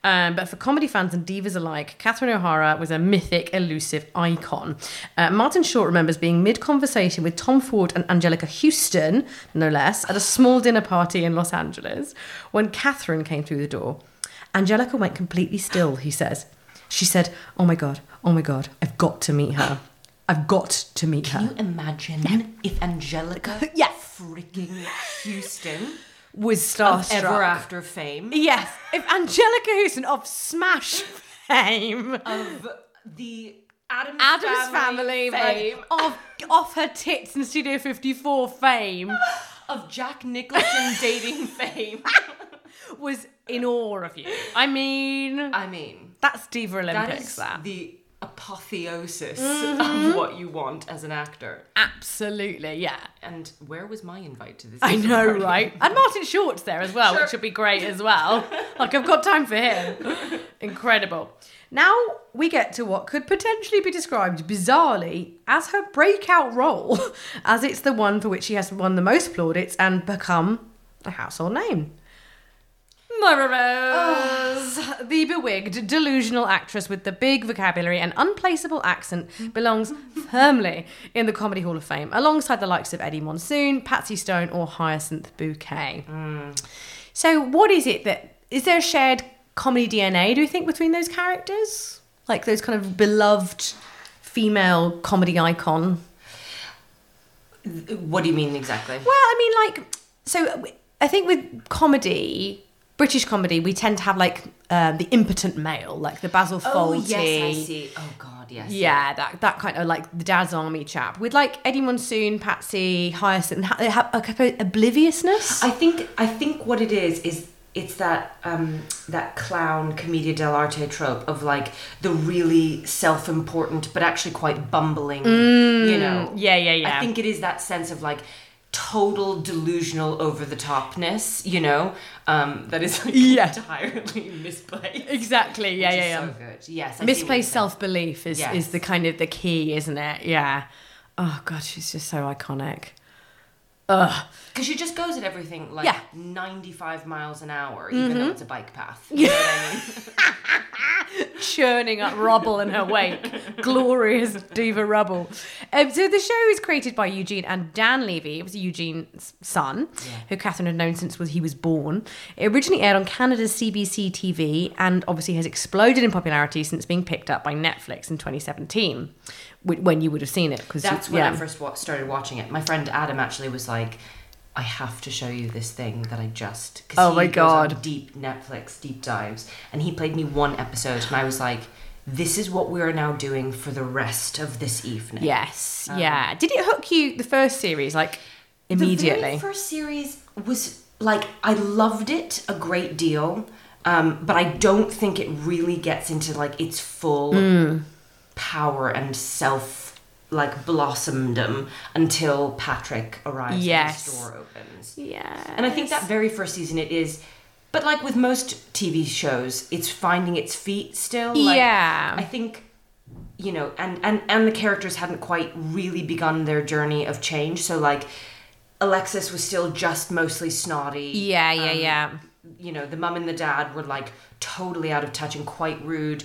[SPEAKER 7] Um, but for comedy fans and divas alike, Catherine O'Hara was a mythic, elusive icon. Uh, Martin Short remembers being mid conversation with Tom Ford and Angelica Houston, no less, at a small dinner party in Los Angeles when Catherine came through the door. Angelica went completely still, he says. She said, Oh my God, oh my God, I've got to meet her. I've got to meet her.
[SPEAKER 8] Can you e- imagine if Angelica
[SPEAKER 7] Yes.
[SPEAKER 8] freaking Houston
[SPEAKER 7] was
[SPEAKER 8] of
[SPEAKER 7] starstruck.
[SPEAKER 8] Ever After Fame
[SPEAKER 7] Yes. If Angelica Houston of Smash fame,
[SPEAKER 8] of the Adams,
[SPEAKER 7] Adam's family,
[SPEAKER 8] fame,
[SPEAKER 7] fame. of off her tits in Studio 54 fame,
[SPEAKER 8] of Jack Nicholson dating fame.
[SPEAKER 7] was in awe of you. I mean,
[SPEAKER 8] I mean,
[SPEAKER 7] that's Diva
[SPEAKER 8] that
[SPEAKER 7] Olympics,
[SPEAKER 8] is
[SPEAKER 7] that. Mm-hmm.
[SPEAKER 8] the apotheosis of what you want as an actor.
[SPEAKER 7] Absolutely, yeah.
[SPEAKER 8] And where was my invite to this?
[SPEAKER 7] I
[SPEAKER 8] dinner
[SPEAKER 7] know,
[SPEAKER 8] party?
[SPEAKER 7] right? And Martin Short's there as well,
[SPEAKER 8] Sure.
[SPEAKER 7] which would be great as well. like, I've got time for him. Incredible. Now we get to what could potentially be described bizarrely as her breakout role, as it's the one for which she has won the most plaudits and become a household name. Moira Rose, the bewigged, delusional actress with the big vocabulary and unplaceable accent, belongs firmly in the Comedy Hall of Fame, alongside the likes of Eddie Monsoon, Patsy Stone, or Hyacinth Bouquet. So, what is it that is there a shared comedy DNA? Do you think between those characters, like those kind of beloved female comedy icon?
[SPEAKER 8] What do you mean exactly?
[SPEAKER 7] Well, I mean, like, so I think with comedy, British comedy, we tend to have like uh, the impotent male, like the Basil
[SPEAKER 8] Oh,
[SPEAKER 7] Fawlty.
[SPEAKER 8] yes, I see. Oh, God, yes.
[SPEAKER 7] Yeah, that that kind of like the Dad's Army chap with like Eddie Monsoon, Patsy Hyacinth, ha- they have a kind of obliviousness.
[SPEAKER 8] I think I think what it is is it's that um, that clown commedia dell'arte trope of like the really self-important but actually quite bumbling, you know.
[SPEAKER 7] Mm. yeah, yeah, yeah.
[SPEAKER 8] I think it is that sense of like total delusional over the topness, you know, um, that is like
[SPEAKER 7] Yeah.
[SPEAKER 8] entirely misplaced.
[SPEAKER 7] exactly. Yeah,
[SPEAKER 8] Which
[SPEAKER 7] yeah,
[SPEAKER 8] is
[SPEAKER 7] yeah.
[SPEAKER 8] So good. Yes. I see what
[SPEAKER 7] Misplaced
[SPEAKER 8] you're saying.
[SPEAKER 7] self belief is
[SPEAKER 8] Yes.
[SPEAKER 7] is the kind of the key, isn't it? Yeah. Oh god, she's just so iconic. Ugh.
[SPEAKER 8] Because she just goes at everything like
[SPEAKER 7] Yeah. Mm-hmm.
[SPEAKER 8] 95 miles an hour, even though it's a bike path. You know what I mean?
[SPEAKER 7] churning up rubble in her wake. Glorious diva rubble. Um, so the show is created by Eugene and Dan Levy. It was Eugene's son, who Catherine had known since was he was born. It originally aired on Canada's CBC TV and obviously has exploded in popularity since being picked up by Netflix in 2017, wh- when you would have seen it. because
[SPEAKER 8] That's when I first wa- started watching it. My friend Adam actually was like, "I have to show you this thing that I just." 'cause
[SPEAKER 7] Oh
[SPEAKER 8] he
[SPEAKER 7] my
[SPEAKER 8] goes on
[SPEAKER 7] God.
[SPEAKER 8] Deep Netflix deep dives, and he played me one episode, and I was like, "This is what we are now doing for the rest of this evening."
[SPEAKER 7] Yes, yeah. Did it hook you, the first series, like
[SPEAKER 8] Um, The very
[SPEAKER 7] immediately?
[SPEAKER 8] first series was like I loved it a great deal, um, but I don't think it really gets into like its full
[SPEAKER 7] Hmm.
[SPEAKER 8] power and self like blossomdom until Patrick arrives
[SPEAKER 7] Yes.
[SPEAKER 8] and the store opens.
[SPEAKER 7] Yeah.
[SPEAKER 8] And I think that very first season it is. But like with most TV shows, it's finding its feet still. Like,
[SPEAKER 7] Yeah.
[SPEAKER 8] I think you know, and and and the characters hadn't quite really begun their journey of change. So like Alexis was still just mostly snotty. Um,
[SPEAKER 7] Yeah, yeah, yeah.
[SPEAKER 8] You know, the mum and the dad were like totally out of touch and quite rude.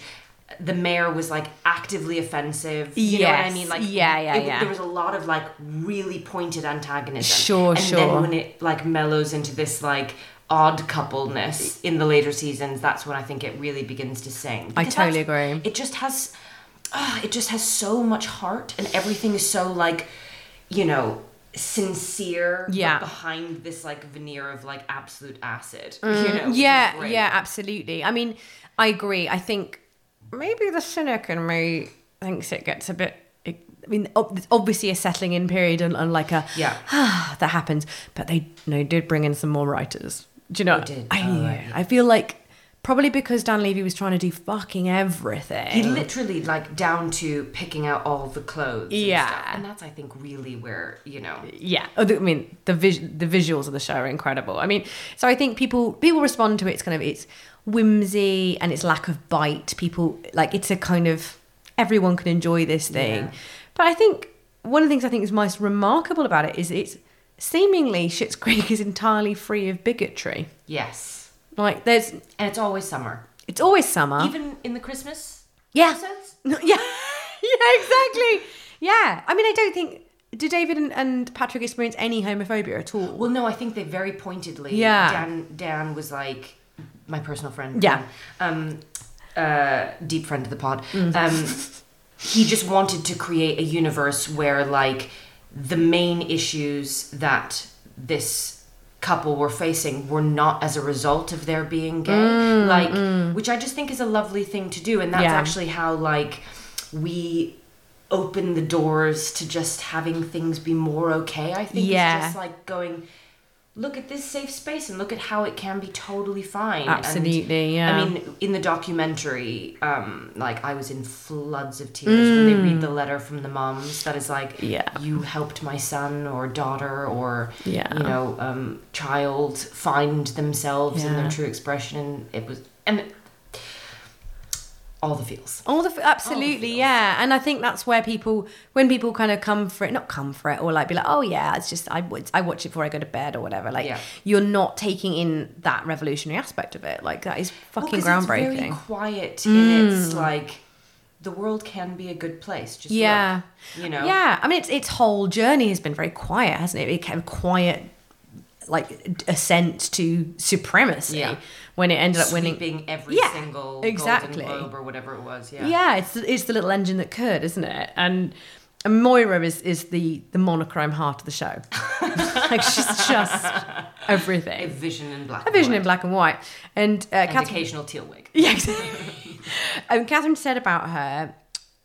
[SPEAKER 8] The mayor was like actively offensive. You know what I
[SPEAKER 7] Yes.
[SPEAKER 8] mean? Like
[SPEAKER 7] Yeah, yeah,
[SPEAKER 8] it-
[SPEAKER 7] yeah.
[SPEAKER 8] There was a lot of like really pointed antagonism.
[SPEAKER 7] Sure,
[SPEAKER 8] and
[SPEAKER 7] sure.
[SPEAKER 8] Then when it like mellows into this like odd coupleness in the later seasons, that's when I think it really begins to sing.
[SPEAKER 7] I
[SPEAKER 8] Because
[SPEAKER 7] totally
[SPEAKER 8] that's-
[SPEAKER 7] agree.
[SPEAKER 8] It just has, ah, it just has so much heart, and everything is so like, you know, sincere. but
[SPEAKER 7] Yeah.
[SPEAKER 8] behind this like veneer of like absolute acid. you know, which is
[SPEAKER 7] Mm-hmm. Mm, Yeah,
[SPEAKER 8] great.
[SPEAKER 7] yeah, absolutely. I mean, I agree. I think maybe the cynic in me thinks it gets a bit. I mean, ob- there's obviously a settling in period and, and like a
[SPEAKER 8] Yeah.
[SPEAKER 7] ah, that happens. But they no did bring in some more writers. Do you know?
[SPEAKER 8] They did.
[SPEAKER 7] I,
[SPEAKER 8] Oh, right.
[SPEAKER 7] I feel like probably because Dan Levy was trying to do fucking everything.
[SPEAKER 8] He literally like down to picking out all the clothes.
[SPEAKER 7] Yeah.
[SPEAKER 8] and, stuff. and that's I think really where you know.
[SPEAKER 7] yeah Oh, the- i mean the vis- the visuals of the show are incredible i mean so i think people people respond to its kind of its whimsy and its lack of bite people like it's a kind of everyone can enjoy this thing but i think one of the things i think is most remarkable about it is it's seemingly Schitt's creek is entirely free of bigotry
[SPEAKER 8] Yes,
[SPEAKER 7] like there's
[SPEAKER 8] and it's always summer,
[SPEAKER 7] it's always summer
[SPEAKER 8] even in the Christmas
[SPEAKER 7] Oh. yeah
[SPEAKER 8] episodes.
[SPEAKER 7] No, yeah yeah exactly yeah i mean i don't think do david and, and patrick experience any homophobia at all
[SPEAKER 8] Well, no, I think they very pointedly.
[SPEAKER 7] Yeah.
[SPEAKER 8] Dan, Dan was like my personal friend.
[SPEAKER 7] Yeah.
[SPEAKER 8] Dan, um, uh, deep friend of the pod.
[SPEAKER 7] Mm.
[SPEAKER 8] Um, he just wanted to create a universe where like the main issues that this couple were facing were not as a result of their being gay like which i just think is a lovely thing to do and that's
[SPEAKER 7] Mm, Yeah.
[SPEAKER 8] actually how like we open the doors to just having things be more okay i think
[SPEAKER 7] Yeah.
[SPEAKER 8] it's just like going look at this safe space and look at how it can be totally fine And,
[SPEAKER 7] Absolutely, yeah.
[SPEAKER 8] i mean in the documentary um like i was in floods of tears when they read the letter from the moms that is like
[SPEAKER 7] Mm. Yeah.
[SPEAKER 8] you helped my son or daughter or
[SPEAKER 7] Yeah.
[SPEAKER 8] you know um child find themselves in
[SPEAKER 7] Yeah.
[SPEAKER 8] their true expression and it was and all Oh, the feels
[SPEAKER 7] All the f- absolutely, yeah, and I think that's where people, when people kind of come for it, not come for it, or like be like, oh yeah, it's just I would I watch it before I go to bed or whatever. Like
[SPEAKER 8] Yeah.
[SPEAKER 7] you're not taking in that revolutionary aspect of it. Like that is fucking
[SPEAKER 8] 'cause It's very
[SPEAKER 7] groundbreaking. Mm.
[SPEAKER 8] quiet in its like the world can be a good place. Just
[SPEAKER 7] Yeah,
[SPEAKER 8] look, you know.
[SPEAKER 7] yeah. I mean, its its whole journey has been very quiet, hasn't it? It kept quiet like ascent to supremacy
[SPEAKER 8] Yeah.
[SPEAKER 7] when it ended up winning.
[SPEAKER 8] Sweeping every
[SPEAKER 7] Yeah,
[SPEAKER 8] single
[SPEAKER 7] exactly.
[SPEAKER 8] Golden Globe or whatever it was. Yeah.
[SPEAKER 7] Yeah, it's the, it's the little engine that could, isn't it? And, and Moira is is the the monochrome heart of the show. like she's just everything.
[SPEAKER 8] A vision in black.
[SPEAKER 7] a vision in
[SPEAKER 8] and white.
[SPEAKER 7] black and white. And uh,
[SPEAKER 8] And
[SPEAKER 7] Catherine,
[SPEAKER 8] occasional teal wig.
[SPEAKER 7] yeah, exactly. um, Catherine said about her.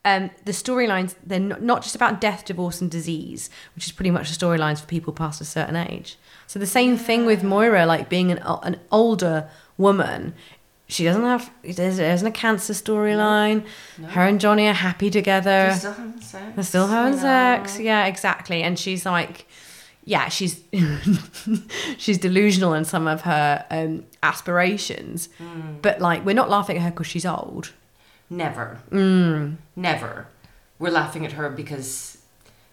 [SPEAKER 7] Um, the storylines they're not, not just about death divorce and disease which is pretty much the storylines for people past a certain age so the same thing with moira like being an, o- an older woman she doesn't have there's, there isn't a cancer storyline her and johnny are happy together
[SPEAKER 8] They're still having sex.
[SPEAKER 7] they're still having
[SPEAKER 8] you know.
[SPEAKER 7] sex. Yeah, exactly. And she's like, yeah, she's she's delusional in some of her um, aspirations,
[SPEAKER 8] Hmm.
[SPEAKER 7] but like we're not laughing at her because she's old.
[SPEAKER 8] Never.
[SPEAKER 7] Mm.
[SPEAKER 8] Never. We're laughing at her because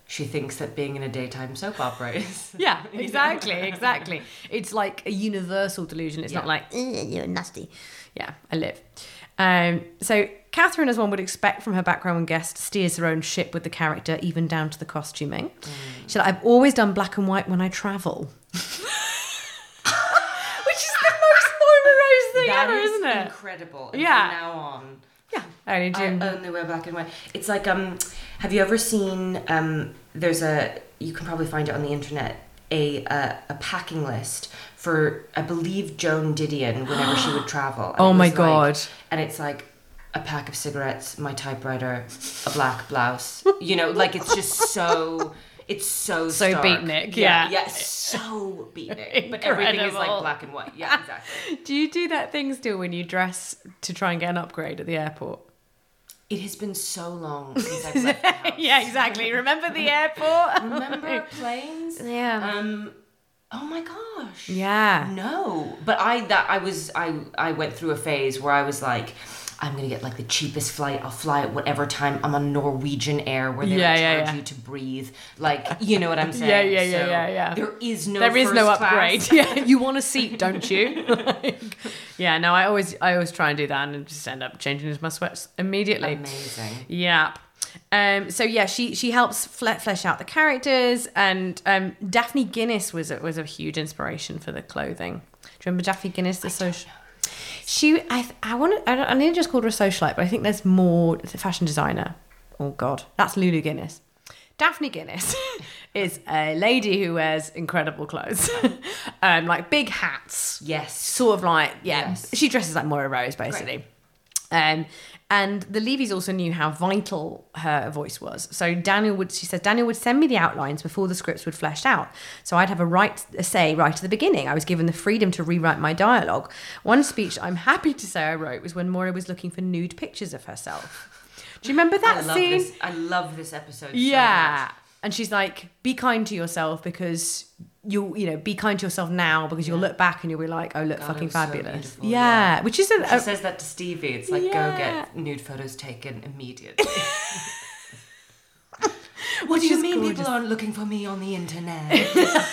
[SPEAKER 8] she thinks that being in a daytime soap opera is.
[SPEAKER 7] Yeah, exactly, exactly. It's like a universal delusion. It's not
[SPEAKER 8] Yeah.
[SPEAKER 7] like "Eh, you're nasty. Yeah, I live. Um, so Catherine, as one would expect from her background and guest, steers her own ship with the character, even down to the costuming. She's like, I've always done black and white when I travel. Which is the most Moira Rose thing
[SPEAKER 8] That
[SPEAKER 7] ever,
[SPEAKER 8] is
[SPEAKER 7] isn't it?
[SPEAKER 8] incredible. And
[SPEAKER 7] Yeah.
[SPEAKER 8] From now on,
[SPEAKER 7] yeah. I need
[SPEAKER 8] I
[SPEAKER 7] you.
[SPEAKER 8] only wear black and white. It's like um, have you ever seen um? There's a you can probably find it on the internet a uh, a packing list for I believe Joan Didion whenever she would travel. And
[SPEAKER 7] Oh
[SPEAKER 8] it
[SPEAKER 7] my
[SPEAKER 8] was like-
[SPEAKER 7] God.
[SPEAKER 8] and it's like a pack of cigarettes, my typewriter, a black blouse. You know, like it's just so. It's so
[SPEAKER 7] So
[SPEAKER 8] stark.
[SPEAKER 7] beatnik, yeah.
[SPEAKER 8] yeah, so beatnik. But everything is like
[SPEAKER 7] Incredible.
[SPEAKER 8] black and white. Yeah, exactly.
[SPEAKER 7] do you do that thing still when you dress to try and get an upgrade at the airport?
[SPEAKER 8] It has been so long since I've left the house.
[SPEAKER 7] Yeah, exactly. Remember the airport?
[SPEAKER 8] Remember planes?
[SPEAKER 7] yeah.
[SPEAKER 8] Um, oh my gosh.
[SPEAKER 7] yeah.
[SPEAKER 8] No, but I that I was I I went through a phase where I was like, I'm gonna get like the cheapest flight. I'll fly at whatever time. I'm on Norwegian Air where they
[SPEAKER 7] Yeah,
[SPEAKER 8] like,
[SPEAKER 7] yeah,
[SPEAKER 8] charge
[SPEAKER 7] yeah.
[SPEAKER 8] you to breathe. Like you know what I'm saying?
[SPEAKER 7] Yeah, yeah, yeah, yeah, yeah.
[SPEAKER 8] There is no
[SPEAKER 7] there is no
[SPEAKER 8] first
[SPEAKER 7] upgrade.
[SPEAKER 8] class.
[SPEAKER 7] Yeah, you want a seat, don't you? Like, yeah, no, I always, I always try and do that, and just end up changing into my sweats immediately.
[SPEAKER 8] Amazing.
[SPEAKER 7] Yep. Um, so yeah, she she helps fle- flesh out the characters, and um, Daphne Guinness was a, was a huge inspiration for the clothing. Do you remember Daphne Guinness, the social? She, I, th- I want to, I, don't- I nearly just called her a socialite, but I think there's more it's a fashion designer. Oh God, that's Lulu Guinness. Daphne Guinness is a lady who wears incredible clothes, um, like big hats,
[SPEAKER 8] Yes.
[SPEAKER 7] sort of like yeah
[SPEAKER 8] Yes.
[SPEAKER 7] she dresses like moira rose basically um and the levy's also knew how vital her voice was so daniel would she says daniel would send me the outlines before the scripts would fleshed out so i'd have a right a say right at the beginning i was given the freedom to rewrite my dialogue one speech i'm happy to say i wrote was when moira was looking for nude pictures of herself do you remember that
[SPEAKER 8] I love
[SPEAKER 7] scene
[SPEAKER 8] this. I love this episode. so
[SPEAKER 7] yeah.
[SPEAKER 8] much.
[SPEAKER 7] and she's like, be kind to yourself because you'll, you know, be kind to yourself now because you'll look back and you'll be like, oh, look
[SPEAKER 8] God,
[SPEAKER 7] fucking
[SPEAKER 8] it was so
[SPEAKER 7] fabulous.
[SPEAKER 8] beautiful,
[SPEAKER 7] yeah. Which is a,
[SPEAKER 8] She
[SPEAKER 7] a-
[SPEAKER 8] says that to Stevie. It's like
[SPEAKER 7] Yeah.
[SPEAKER 8] go get nude photos taken immediately. what do
[SPEAKER 7] is
[SPEAKER 8] you mean
[SPEAKER 7] gorgeous.
[SPEAKER 8] people aren't looking for me on the internet?
[SPEAKER 7] but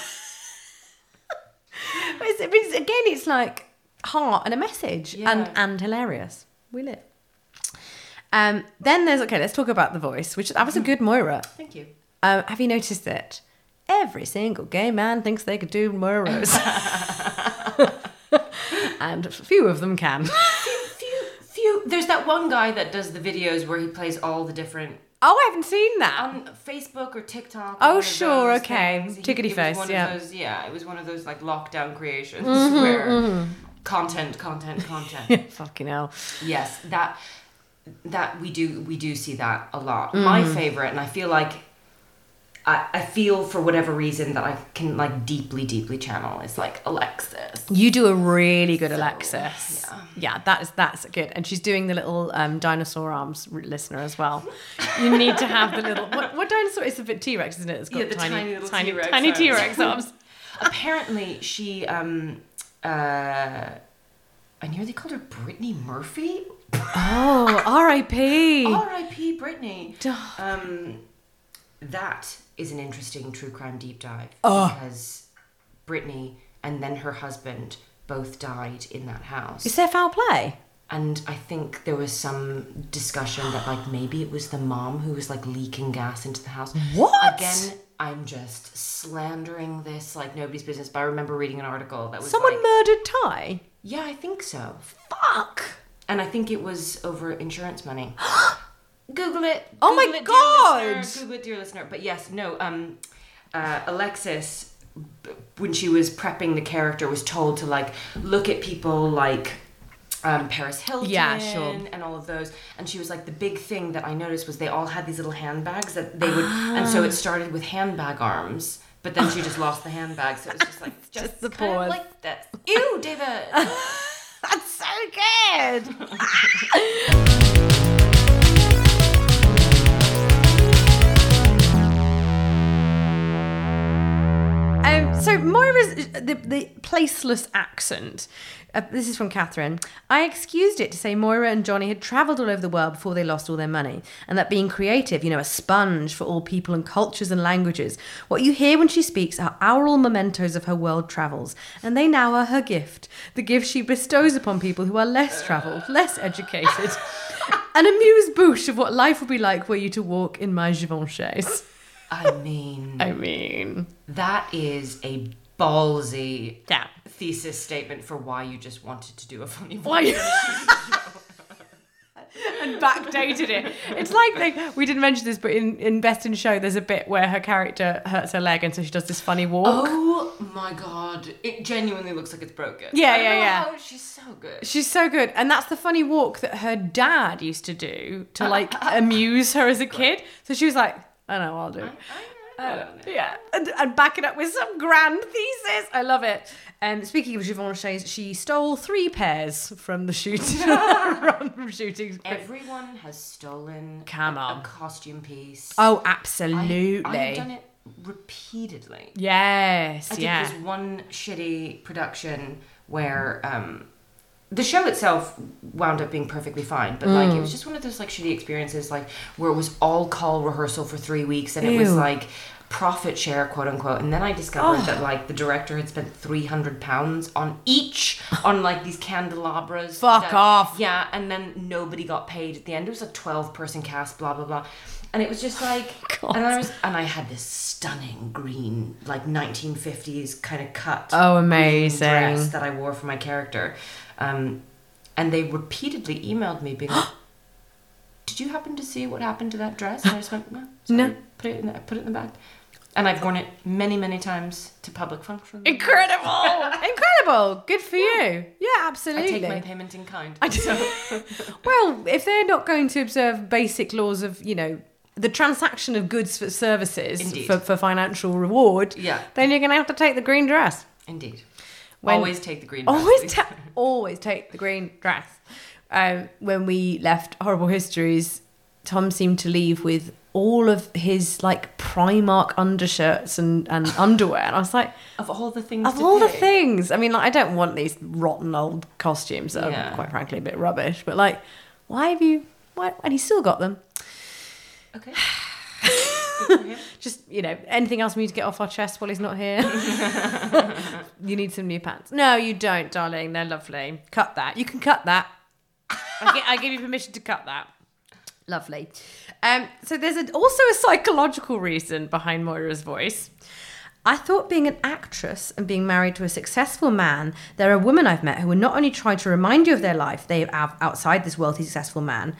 [SPEAKER 7] it's, it's- again, it's like heart and a message
[SPEAKER 8] Yeah.
[SPEAKER 7] and, and hilarious. We live. Um, then there's, okay, let's talk about the voice, which that was a good Moira.
[SPEAKER 8] Thank you.
[SPEAKER 7] Um, have you noticed that every single gay man thinks they could do Moira Rose? and few of them can.
[SPEAKER 8] Few, few. There's that one guy that does the videos where he plays all the different
[SPEAKER 7] Oh, I haven't seen that.
[SPEAKER 8] on Facebook or TikTok. or
[SPEAKER 7] Oh,
[SPEAKER 8] one of
[SPEAKER 7] sure,
[SPEAKER 8] those
[SPEAKER 7] okay.
[SPEAKER 8] things. He-
[SPEAKER 7] Tickety
[SPEAKER 8] it was
[SPEAKER 7] face,
[SPEAKER 8] one of
[SPEAKER 7] yeah.
[SPEAKER 8] those- yeah, Mm-hmm, it was one of those like lockdown creations where content, content, content.
[SPEAKER 7] Fucking hell.
[SPEAKER 8] yes, that that we do we do see that a lot. My favorite, and I feel like. I, I feel for whatever reason that I can like deeply, deeply channel is like Alexis.
[SPEAKER 7] You do a really good Alexis. Yeah. that's that's good. And she's doing the little um, dinosaur arms r- listener as well. You need to have the little what, what dinosaur? It's a bit T Rex, isn't it? It's got
[SPEAKER 8] Yeah, the tiny little
[SPEAKER 7] tiny,
[SPEAKER 8] T-Rex
[SPEAKER 7] tiny
[SPEAKER 8] arms.
[SPEAKER 7] T Rex arms.
[SPEAKER 8] apparently she um uh I nearly called her Brittany Murphy.
[SPEAKER 7] Oh, R.I.P.
[SPEAKER 8] R.I.P. Brittany. Um, that is an interesting true crime deep dive because Brittany and then her husband both died in that house,
[SPEAKER 7] Is there foul play?
[SPEAKER 8] and I think there was some discussion that like maybe it was the mom who was like leaking gas into the house.
[SPEAKER 7] What?
[SPEAKER 8] Again, I'm just slandering this like nobody's business. But I remember reading an article that was
[SPEAKER 7] Someone
[SPEAKER 8] like,
[SPEAKER 7] murdered Ty.
[SPEAKER 8] yeah, I think so.
[SPEAKER 7] Fuck.
[SPEAKER 8] And I think it was over insurance money. Google it.
[SPEAKER 7] Oh my
[SPEAKER 8] Google it, dear
[SPEAKER 7] God.
[SPEAKER 8] listener. Google it, dear listener. But yes, no. Um, uh, Alexis, b- when she was prepping the character, was told to like look at people like um, Paris Hilton,
[SPEAKER 7] Yeah, sure.
[SPEAKER 8] and all of those. And she was like, the big thing that I noticed was they all had these little handbags that they would, and
[SPEAKER 7] Ah.
[SPEAKER 8] so it started with handbag arms. But then she just lost the handbag, so it was just like just,
[SPEAKER 7] the
[SPEAKER 8] kind
[SPEAKER 7] pause.
[SPEAKER 8] of like that. Ew, David.
[SPEAKER 7] That's so good. Um, so Moira's the, the placeless accent. Uh, this is from Catherine. I excused it to say Moira and Johnny had travelled all over the world before they lost all their money, and that being creative, you know, a sponge for all people and cultures and languages. What you hear when she speaks are aural mementos of her world travels, and they now are her gift, the gift she bestows upon people who are less travelled, less educated. An amused boosh of what life would be like were you to walk in my Givenchy's.
[SPEAKER 8] I mean,
[SPEAKER 7] I mean,
[SPEAKER 8] that is a ballsy
[SPEAKER 7] yeah.
[SPEAKER 8] thesis statement for why you just wanted to do a funny voice.
[SPEAKER 7] Why? and backdated it. It's like they, we didn't mention this, but in, in Best in Show, there's a bit where her character hurts her leg, and so she does this funny walk.
[SPEAKER 8] Oh my god! It genuinely looks like it's broken.
[SPEAKER 7] Yeah,
[SPEAKER 8] I don't
[SPEAKER 7] yeah,
[SPEAKER 8] know
[SPEAKER 7] yeah.
[SPEAKER 8] how- she's so good.
[SPEAKER 7] She's so good, and that's the funny walk that her dad used to do to like amuse her as a kid. So she was like, "I know, I'll do." it."
[SPEAKER 8] I don't know.
[SPEAKER 7] Yeah, and, and back it up with some grand thesis. I love it. Um, speaking of Givenchy's, she stole three pairs from the shooting from shooting.
[SPEAKER 8] Everyone has stolen
[SPEAKER 7] Come
[SPEAKER 8] a-
[SPEAKER 7] on.
[SPEAKER 8] a costume piece.
[SPEAKER 7] Oh,
[SPEAKER 8] I-
[SPEAKER 7] absolutely.
[SPEAKER 8] I've done it repeatedly.
[SPEAKER 7] Yes,
[SPEAKER 8] I did
[SPEAKER 7] yeah.
[SPEAKER 8] this one shitty production where um, the show itself wound up being perfectly fine, but
[SPEAKER 7] Mm.
[SPEAKER 8] like it was just one of those like shitty experiences, like where it was all call rehearsal for three weeks, and it was
[SPEAKER 7] Ew.
[SPEAKER 8] like profit share, quote unquote. And then I discovered that like the director had spent three hundred pounds on each on like these candelabras.
[SPEAKER 7] Fuck
[SPEAKER 8] that-
[SPEAKER 7] off.
[SPEAKER 8] Yeah, and then nobody got paid at the end. It was a twelve person cast, blah blah blah. And it was just like, and I was, and I had this stunning green, like 1950s kind of cut
[SPEAKER 7] Oh,
[SPEAKER 8] dress
[SPEAKER 7] amazing.
[SPEAKER 8] that I wore for my character. Um, and they repeatedly emailed me being like, Did you happen to see what happened to that dress? And I just went, No. sorry.
[SPEAKER 7] No.
[SPEAKER 8] Put it, in the, put it in the bag. And I've worn it many, many times to public functions.
[SPEAKER 7] Incredible. Incredible. Good for you. Yeah,
[SPEAKER 8] I
[SPEAKER 7] absolutely.
[SPEAKER 8] take my payment in kind.
[SPEAKER 7] I just- well, if they're not going to observe basic laws of, you know, the transaction of goods for services
[SPEAKER 8] Indeed.
[SPEAKER 7] for, for financial reward,
[SPEAKER 8] Yeah.
[SPEAKER 7] then you're going to have to take the green dress.
[SPEAKER 8] Indeed.
[SPEAKER 7] When-
[SPEAKER 8] always take the green dress.
[SPEAKER 7] Always,
[SPEAKER 8] please.
[SPEAKER 7] ta- always take the green dress. Um, when we left Horrible Histories, Tom seemed to leave with all of his like Primark undershirts and, and underwear, and I was like,
[SPEAKER 8] of all the things.
[SPEAKER 7] of
[SPEAKER 8] to
[SPEAKER 7] all the
[SPEAKER 8] pick.
[SPEAKER 7] things. I mean, like, I don't want these rotten old costumes that
[SPEAKER 8] Yeah.
[SPEAKER 7] are quite frankly a bit rubbish. But like, why have you? Why? And he's still got them.
[SPEAKER 8] Okay.
[SPEAKER 7] Just you know, anything else we need to get off our chest while he's not here? you need some new pants. No, you don't, darling. They're lovely. Cut that. You can cut that. I, gi- I give you permission to cut that. Lovely. Um, so there's a, also a psychological reason behind Moira's voice. I thought being an actress and being married to a successful man, there are women I've met who will not only try to remind you of their life they have outside this wealthy, successful man,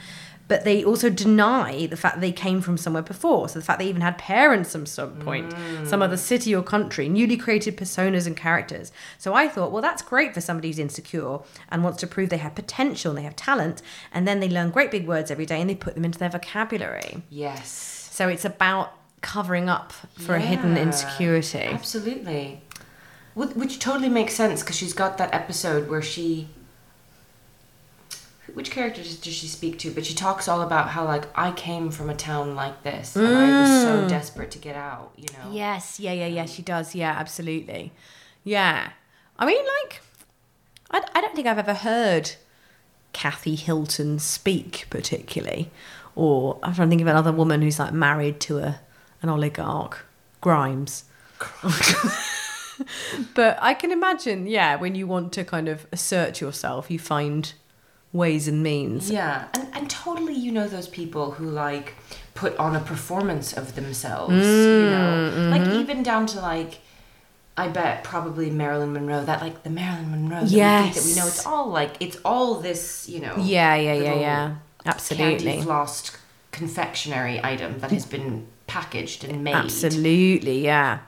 [SPEAKER 7] but they also deny the fact that they came from somewhere before. So the fact they even had parents at some point, some other city or country, newly created personas and characters. So I thought, well, that's great for somebody who's insecure and wants to prove they have potential and they have talent, and then they learn great big words every day and they put them into their vocabulary.
[SPEAKER 8] Yes.
[SPEAKER 7] So it's about covering up for a hidden
[SPEAKER 8] Yeah.
[SPEAKER 7] insecurity.
[SPEAKER 8] Absolutely. Wh- Which totally makes sense because she's got that episode where she. Which character does does she speak to? But she talks all about how, like, I came from a town like this and I was
[SPEAKER 7] Mm.
[SPEAKER 8] so desperate to get out, you know? Um,
[SPEAKER 7] Yes, yeah, yeah, yeah, she does. Yeah, absolutely. Yeah. I mean, like, I, I don't think I've ever heard Kathy Hilton speak particularly. Or I'm trying to think of another woman who's like married to a an oligarch, Grimes. but I can imagine, yeah, when you want to kind of assert yourself, you find ways and means.
[SPEAKER 8] Yeah. And, and totally, you know, those people who, like, put on a performance of themselves, you
[SPEAKER 7] Mm,
[SPEAKER 8] know?
[SPEAKER 7] mm-hmm.
[SPEAKER 8] Like even down to like I bet probably Marilyn Monroe, that like the Marilyn Monroe that we, think that we
[SPEAKER 7] Yes.
[SPEAKER 8] know it's all like it's all this, you know.
[SPEAKER 7] Yeah, yeah, yeah,
[SPEAKER 8] little
[SPEAKER 7] yeah. Absolutely.
[SPEAKER 8] Candy flossed confectionery item that has been packaged and made.
[SPEAKER 7] Absolutely, yeah.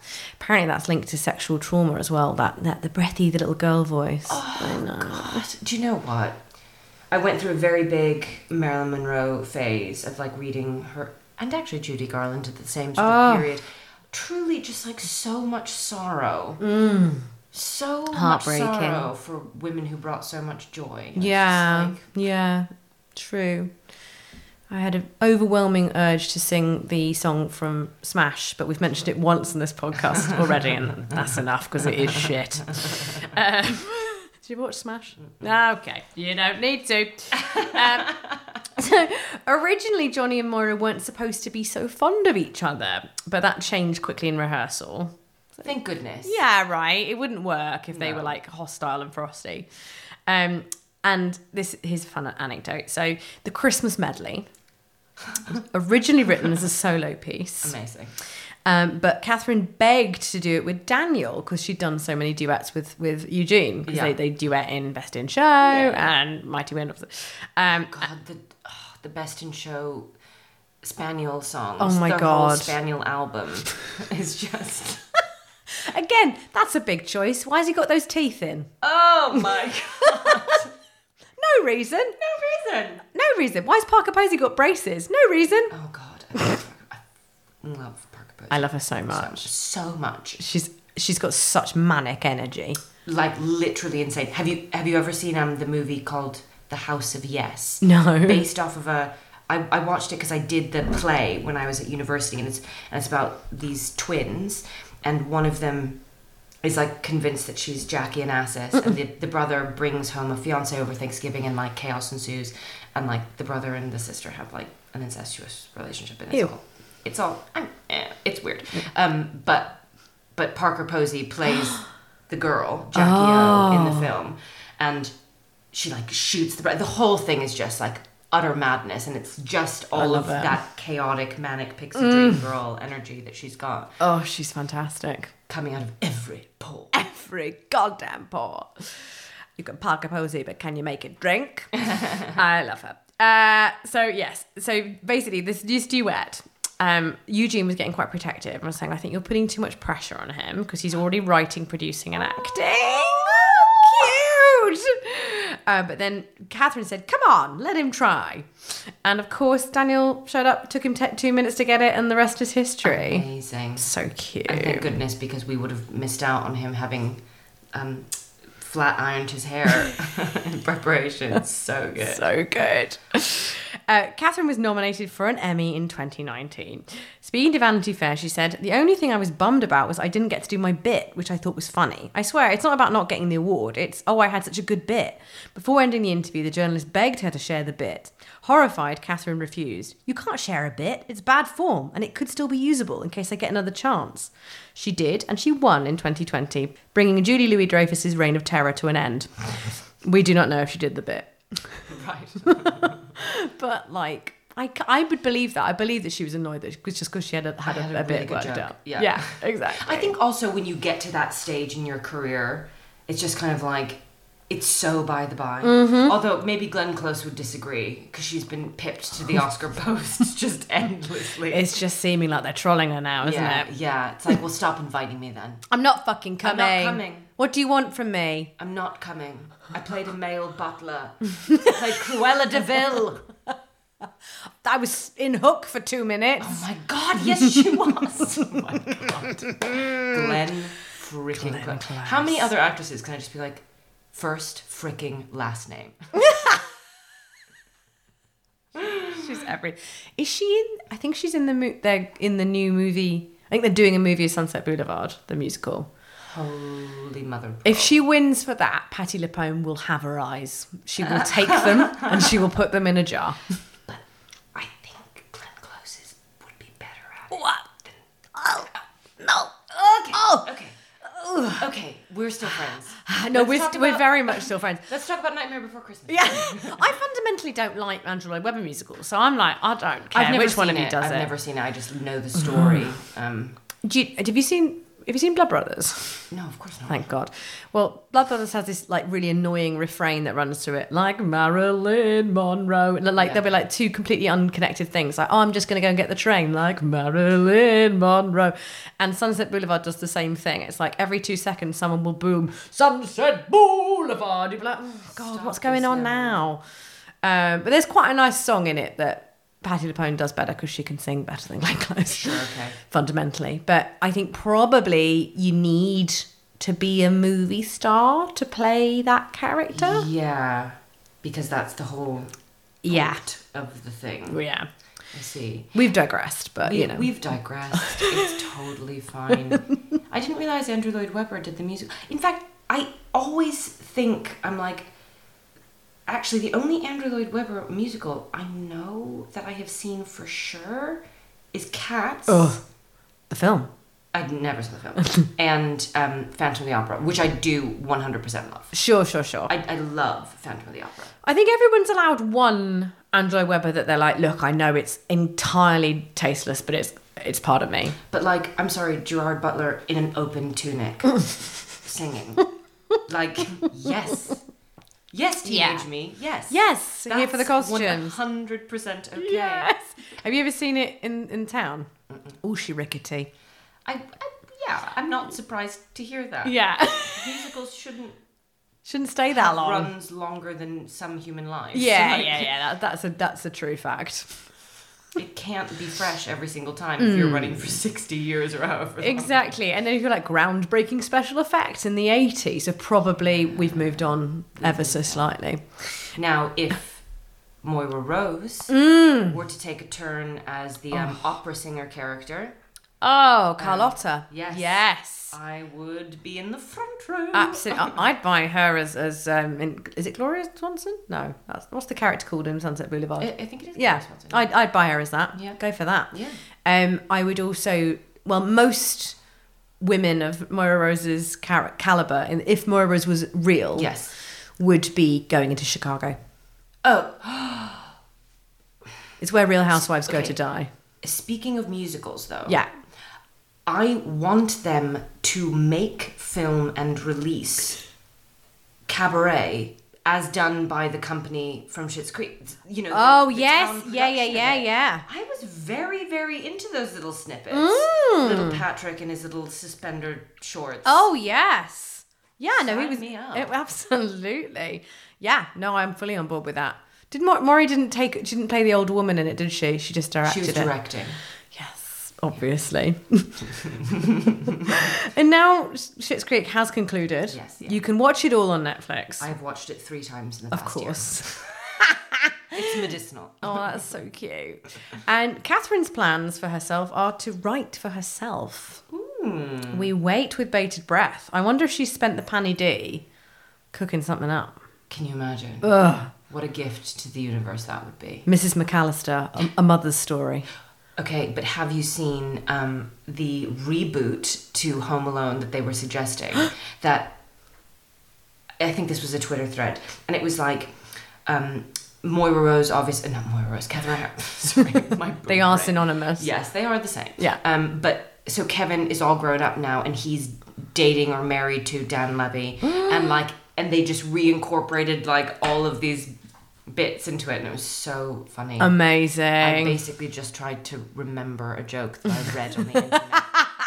[SPEAKER 7] Apparently, that's linked to sexual trauma as well. That that the breathy, the little girl voice. I know.
[SPEAKER 8] But Oh, do you know what? I went through a very big Marilyn Monroe phase of like reading her and actually Judy Garland at the same sort of
[SPEAKER 7] Oh.
[SPEAKER 8] period. Truly just like so much sorrow. So
[SPEAKER 7] Mm. Heartbreaking.
[SPEAKER 8] much sorrow for women who brought so much joy. It's just
[SPEAKER 7] Yeah,
[SPEAKER 8] like-
[SPEAKER 7] yeah, true. I had an overwhelming urge to sing the song from Smash, but we've mentioned it once in this podcast already, and that's enough because it is shit. Um, did you watch Smash? Okay, you don't need to. Um, so originally, Johnny and Moira weren't supposed to be so fond of each other, but that changed quickly in rehearsal.
[SPEAKER 8] thank goodness.
[SPEAKER 7] Yeah, right. It wouldn't work if they were like hostile and frosty. Um, and this here's a fun anecdote. So the Christmas medley, originally written as a solo piece,
[SPEAKER 8] Amazing.
[SPEAKER 7] um, but Catherine begged to do it with Daniel because she'd done so many duets with with Eugene because
[SPEAKER 8] Yeah.
[SPEAKER 7] they, they duet in Best in Show and Mighty Wind. Um,
[SPEAKER 8] God, the oh, the best in show spaniel songs.
[SPEAKER 7] Oh my
[SPEAKER 8] the Whole
[SPEAKER 7] God.
[SPEAKER 8] spaniel album is just
[SPEAKER 7] again, that's a big choice. Why's he got those teeth in?
[SPEAKER 8] Oh my
[SPEAKER 7] No reason.
[SPEAKER 8] god. Reason.
[SPEAKER 7] No reason. Why's Parker Posey got braces? No reason.
[SPEAKER 8] Oh god, I love, I love Parker Posey.
[SPEAKER 7] I love her so much.
[SPEAKER 8] so much,
[SPEAKER 7] she's she's got such manic energy.
[SPEAKER 8] like literally insane. Have you have you ever seen um the movie called The House of Yes?
[SPEAKER 7] No.
[SPEAKER 8] based off of a. I, I watched it because I did the play when I was at university, and it's and it's about these twins, and one of them is like convinced that she's Jackie Onassis, and the, the brother brings home a fiance over Thanksgiving, and like chaos ensues, and like the brother and the sister have like an incestuous relationship, and it's
[SPEAKER 7] Ew.
[SPEAKER 8] all it's all I'm, eh, it's weird, um, but but Parker Posey plays the girl Jackie O in
[SPEAKER 7] Oh.
[SPEAKER 8] the film, and she like shoots the the whole thing is just like utter madness, and it's just all of
[SPEAKER 7] it. Mm.
[SPEAKER 8] that chaotic manic pixie dream girl energy that she's got
[SPEAKER 7] Oh, she's fantastic.
[SPEAKER 8] coming out of every pore.
[SPEAKER 7] Every goddamn pour. You can park a posy, but can you make it drink? I love her. Uh, so yes, so basically this this duet. Um, Eugene was getting quite protective and was saying, "I think you're putting too much pressure on him because he's already writing, producing, and acting." Oh, Cute. Uh, but then Catherine said, "Come on, let him try." And of course, Daniel showed up. Took him te- two minutes to get it, and the rest is history.
[SPEAKER 8] Amazing.
[SPEAKER 7] So cute.
[SPEAKER 8] And thank goodness because we would have missed out on him having um, flat ironed his hair in preparation. So good.
[SPEAKER 7] So good. Uh, Catherine was nominated for an Emmy in 2019. Speaking to Vanity Fair, she said, The only thing I was bummed about was I didn't get to do my bit, which I thought was funny. I swear, it's not about not getting the award. It's, oh, I had such a good bit. Before ending the interview, the journalist begged her to share the bit. Horrified, Catherine refused. You can't share a bit. It's bad form, and it could still be usable in case I get another chance. She did, and she won in 2020, bringing Julie Louis Dreyfus's reign of terror to an end. We do not know if she did the bit but like I, c- I would believe that I believe that she was annoyed that she, just because she had a, had,
[SPEAKER 8] I had
[SPEAKER 7] a,
[SPEAKER 8] a
[SPEAKER 7] a
[SPEAKER 8] really
[SPEAKER 7] bit
[SPEAKER 8] good
[SPEAKER 7] worked
[SPEAKER 8] joke.
[SPEAKER 7] up.
[SPEAKER 8] Yeah.
[SPEAKER 7] exactly.
[SPEAKER 8] I think also when you get to that stage in your career, it's just kind of like it's so by the by. Although maybe Glenn Close would disagree because she's been pipped to the Oscar posts just endlessly.
[SPEAKER 7] it's just seeming like they're trolling her now, isn't
[SPEAKER 8] yeah,
[SPEAKER 7] it?
[SPEAKER 8] yeah. It's like, well, stop inviting me then.
[SPEAKER 7] I'm not fucking coming.
[SPEAKER 8] not coming.
[SPEAKER 7] What do you want from me?
[SPEAKER 8] I'm not coming. I played a male butler. I played Cruella De Vil.
[SPEAKER 7] I was in hook for two minutes.
[SPEAKER 8] Oh my God! Yes, she was. oh my God. Glenn freaking Glenn How many other actresses can I just be like? First freaking last name.
[SPEAKER 7] She's every. Is she in? I think she's in the mo- they're in the new movie. I think they're doing a movie of Sunset Boulevard, the musical.
[SPEAKER 8] Holy mother. of
[SPEAKER 7] If she wins for that, Patty Lapone will have her eyes. She will take them and she will put them in a jar.
[SPEAKER 8] I think Glenn Close's would be better at it.
[SPEAKER 7] What? Oh no! Okay. Oh.
[SPEAKER 8] Okay.
[SPEAKER 7] Ooh.
[SPEAKER 8] Okay, we're still friends.
[SPEAKER 7] No,
[SPEAKER 8] Let's
[SPEAKER 7] we're,
[SPEAKER 8] talk
[SPEAKER 7] st- we're
[SPEAKER 8] about-
[SPEAKER 7] very much still friends.
[SPEAKER 8] Let's talk about Nightmare Before Christmas.
[SPEAKER 7] Yeah, I fundamentally don't like Andrew Lloyd Webber musicals, so I'm like, I don't care
[SPEAKER 8] I've never
[SPEAKER 7] which one
[SPEAKER 8] seen
[SPEAKER 7] of you
[SPEAKER 8] it.
[SPEAKER 7] does
[SPEAKER 8] I've
[SPEAKER 7] it.
[SPEAKER 8] never seen it. I just know the story. um,
[SPEAKER 7] Do you, have you seen? Have you seen Blood Brothers?
[SPEAKER 8] no, of course not.
[SPEAKER 7] Thank God. Well, Blood Brothers has this like really annoying refrain that runs through it, like Marilyn Monroe. And, Like
[SPEAKER 8] Yeah.
[SPEAKER 7] there'll be like two completely unconnected things, like oh, I'm just gonna go and get the train, like Marilyn Monroe. And Sunset Boulevard does the same thing. It's like every two seconds someone will boom Sunset Boulevard. You'll be like, oh God,
[SPEAKER 8] Stop
[SPEAKER 7] what's going
[SPEAKER 8] this
[SPEAKER 7] on now?
[SPEAKER 8] now."
[SPEAKER 7] Um, but there's quite a nice song in it that Patti LuPone does better because she can sing better than Glenn Close
[SPEAKER 8] Sure, okay.
[SPEAKER 7] fundamentally. But I think probably you need to be a movie star to play that character.
[SPEAKER 8] Yeah, because that's the whole
[SPEAKER 7] Yeah.
[SPEAKER 8] point of the thing.
[SPEAKER 7] Yeah.
[SPEAKER 8] I see.
[SPEAKER 7] We've digressed, but
[SPEAKER 8] We,
[SPEAKER 7] you know.
[SPEAKER 8] Uh, We've digressed. it's totally fine. I didn't realize Andrew Lloyd Webber did the music. In fact, I always think I'm like, actually, the only Andrew Lloyd Webber musical I know that I have seen for sure is Cats.
[SPEAKER 7] Ugh. the film.
[SPEAKER 8] I never saw the film. and um, Phantom of the Opera, which I do 100% love.
[SPEAKER 7] Sure, sure, sure. I,
[SPEAKER 8] I, I love Phantom of the Opera.
[SPEAKER 7] think everyone's allowed one Andrew Webber that they're like, look, I know it's entirely tasteless, but it's it's part of me.
[SPEAKER 8] But like, I'm sorry, Gerard Butler in an open tunic singing. Like, yes. Yes, teenage
[SPEAKER 7] Yeah.
[SPEAKER 8] me. Yes.
[SPEAKER 7] Yes, here for the costumes.
[SPEAKER 8] 100% okay.
[SPEAKER 7] Yes. Have you ever seen it in, in town? Oh, she rickety.
[SPEAKER 8] I, I, yeah, I'm not surprised to hear that.
[SPEAKER 7] Yeah.
[SPEAKER 8] Musicals shouldn't
[SPEAKER 7] Shouldn't stay that long.
[SPEAKER 8] runs longer than some human lives.
[SPEAKER 7] Yeah,
[SPEAKER 8] Like,
[SPEAKER 7] yeah, yeah. That, that's a that's a true fact.
[SPEAKER 8] It can't be fresh every single time if you're running for 60 years or however. long.
[SPEAKER 7] Mm. Exactly. And then if you're like groundbreaking special effects in the eighties, so probably we've moved on ever so slightly.
[SPEAKER 8] Now, if Moira Rose
[SPEAKER 7] Mm.
[SPEAKER 8] were to take a turn as the um, opera singer character,
[SPEAKER 7] Oh, Carlotta.
[SPEAKER 8] yes.
[SPEAKER 7] Yes.
[SPEAKER 8] I would be in the front row.
[SPEAKER 7] Absolutely. I- I'd buy her as as um. In, is it Gloria Swanson? No. That's what's the character called in Sunset Boulevard?
[SPEAKER 8] I, I think it is.
[SPEAKER 7] yeah.
[SPEAKER 8] Chris Watson.
[SPEAKER 7] I'd I'd buy her as that.
[SPEAKER 8] Yeah.
[SPEAKER 7] Go for that.
[SPEAKER 8] Yeah.
[SPEAKER 7] Um. I would also. Well, most women of Moira Rose's car- caliber, and if Moira Rose was real,
[SPEAKER 8] Yes.
[SPEAKER 7] would be going into Chicago.
[SPEAKER 8] Oh,
[SPEAKER 7] It's where Real Housewives go
[SPEAKER 8] Okay.
[SPEAKER 7] to die.
[SPEAKER 8] speaking of musicals, though.
[SPEAKER 7] Yeah.
[SPEAKER 8] I want them to make, film, and release Cabaret as done by the company from Schitt's Creek. You know. the-
[SPEAKER 7] Oh
[SPEAKER 8] the
[SPEAKER 7] yes,
[SPEAKER 8] town
[SPEAKER 7] yeah, yeah,
[SPEAKER 8] production of
[SPEAKER 7] yeah,
[SPEAKER 8] it.
[SPEAKER 7] yeah.
[SPEAKER 8] I was very, very into those little snippets. Little Patrick in his little suspender shorts.
[SPEAKER 7] Mm. Oh yes, yeah. no, he
[SPEAKER 8] Sign
[SPEAKER 7] was
[SPEAKER 8] me up.
[SPEAKER 7] it- absolutely. Yeah, no, I'm fully on board with that. Did Ma- Maury didn't take she didn't play the old woman in it, did she? She just directed
[SPEAKER 8] she was
[SPEAKER 7] it.
[SPEAKER 8] directing.
[SPEAKER 7] Yes, obviously. and now Schitt's Creek has concluded.
[SPEAKER 8] Yes, yeah.
[SPEAKER 7] you can watch it all on Netflix.
[SPEAKER 8] I've watched it three times in the
[SPEAKER 7] of
[SPEAKER 8] past year.
[SPEAKER 7] course.
[SPEAKER 8] It's medicinal.
[SPEAKER 7] Oh, that's so cute. And Catherine's plans for herself are to write for herself.
[SPEAKER 8] Hmm.
[SPEAKER 7] We wait with bated breath. I wonder if she spent the Panny D cooking something up.
[SPEAKER 8] Can you imagine? What a gift to the universe that would be.
[SPEAKER 7] Mrs. McAllister, a, a mother's story.
[SPEAKER 8] Okay, but have you seen um, the reboot to Home Alone that they were suggesting? that I think this was a Twitter thread, and it was like um, Moira Rose, obviously not Moira Rose, Catherine. Har- Sorry, my
[SPEAKER 7] They are
[SPEAKER 8] brain.
[SPEAKER 7] synonymous.
[SPEAKER 8] Yes, they are the same.
[SPEAKER 7] Yeah.
[SPEAKER 8] Um, but so Kevin is all grown up now, and he's dating or married to Dan Levy,
[SPEAKER 7] Mm.
[SPEAKER 8] and like, and they just reincorporated like all of these bits into it, and it was so funny.
[SPEAKER 7] Amazing.
[SPEAKER 8] I basically just tried to remember a joke that I read on the internet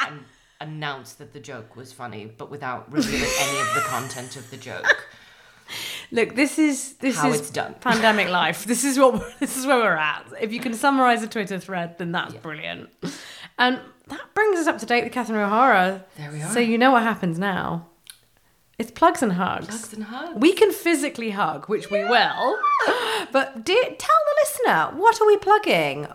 [SPEAKER 8] and announced that the joke was funny, but without revealing any of the content of the joke.
[SPEAKER 7] Look, this is this
[SPEAKER 8] How
[SPEAKER 7] is
[SPEAKER 8] it's done.
[SPEAKER 7] pandemic life. This is what we're, this is where we're at. If you can summarize a Twitter thread, then that's brilliant. And that brings us up to date with Catherine O'Hara.
[SPEAKER 8] There we are.
[SPEAKER 7] So you know what happens now. It's plugs and hugs.
[SPEAKER 8] Hugs and hugs.
[SPEAKER 7] We can physically hug, which we will. But do, tell the listener what are we plugging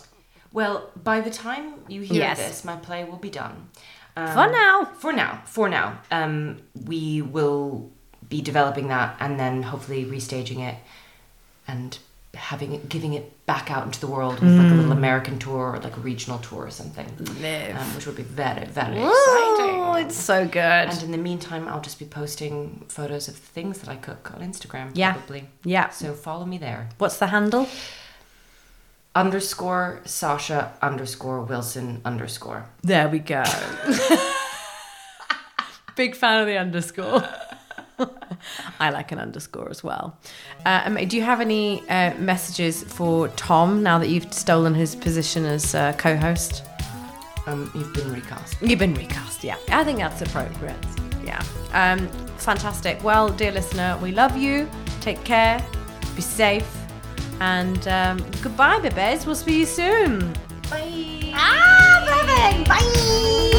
[SPEAKER 8] Well, by the time you hear
[SPEAKER 7] Yes.
[SPEAKER 8] this, my play will be done. Um,
[SPEAKER 7] for now?
[SPEAKER 8] For now, for now. Um, we will be developing that and then hopefully restaging it and having it, giving it back out into the world with like a little American tour or like a regional tour or something,
[SPEAKER 7] Mm. Live.
[SPEAKER 8] um, which would be very very
[SPEAKER 7] Oh,
[SPEAKER 8] exciting.
[SPEAKER 7] it's so good.
[SPEAKER 8] And in the meantime, I'll just be posting photos of the things that I cook on Instagram.
[SPEAKER 7] Yeah.
[SPEAKER 8] probably.
[SPEAKER 7] Yeah.
[SPEAKER 8] So follow me there.
[SPEAKER 7] What's the handle?
[SPEAKER 8] Underscore Sasha underscore Wilson underscore.
[SPEAKER 7] There we go. Big fan of the underscore. I like an underscore as well. Uh, um, do you have any uh, messages for Tom now that you've stolen his position as uh, co host?
[SPEAKER 8] Um, you've been recast.
[SPEAKER 7] You've been recast, yeah. I think that's appropriate. Yeah. Um, fantastic. Well, dear listener, we love you. Take care. Be safe. And um, goodbye, babies. We'll see you soon. Bye. Ah, perfect. Bye.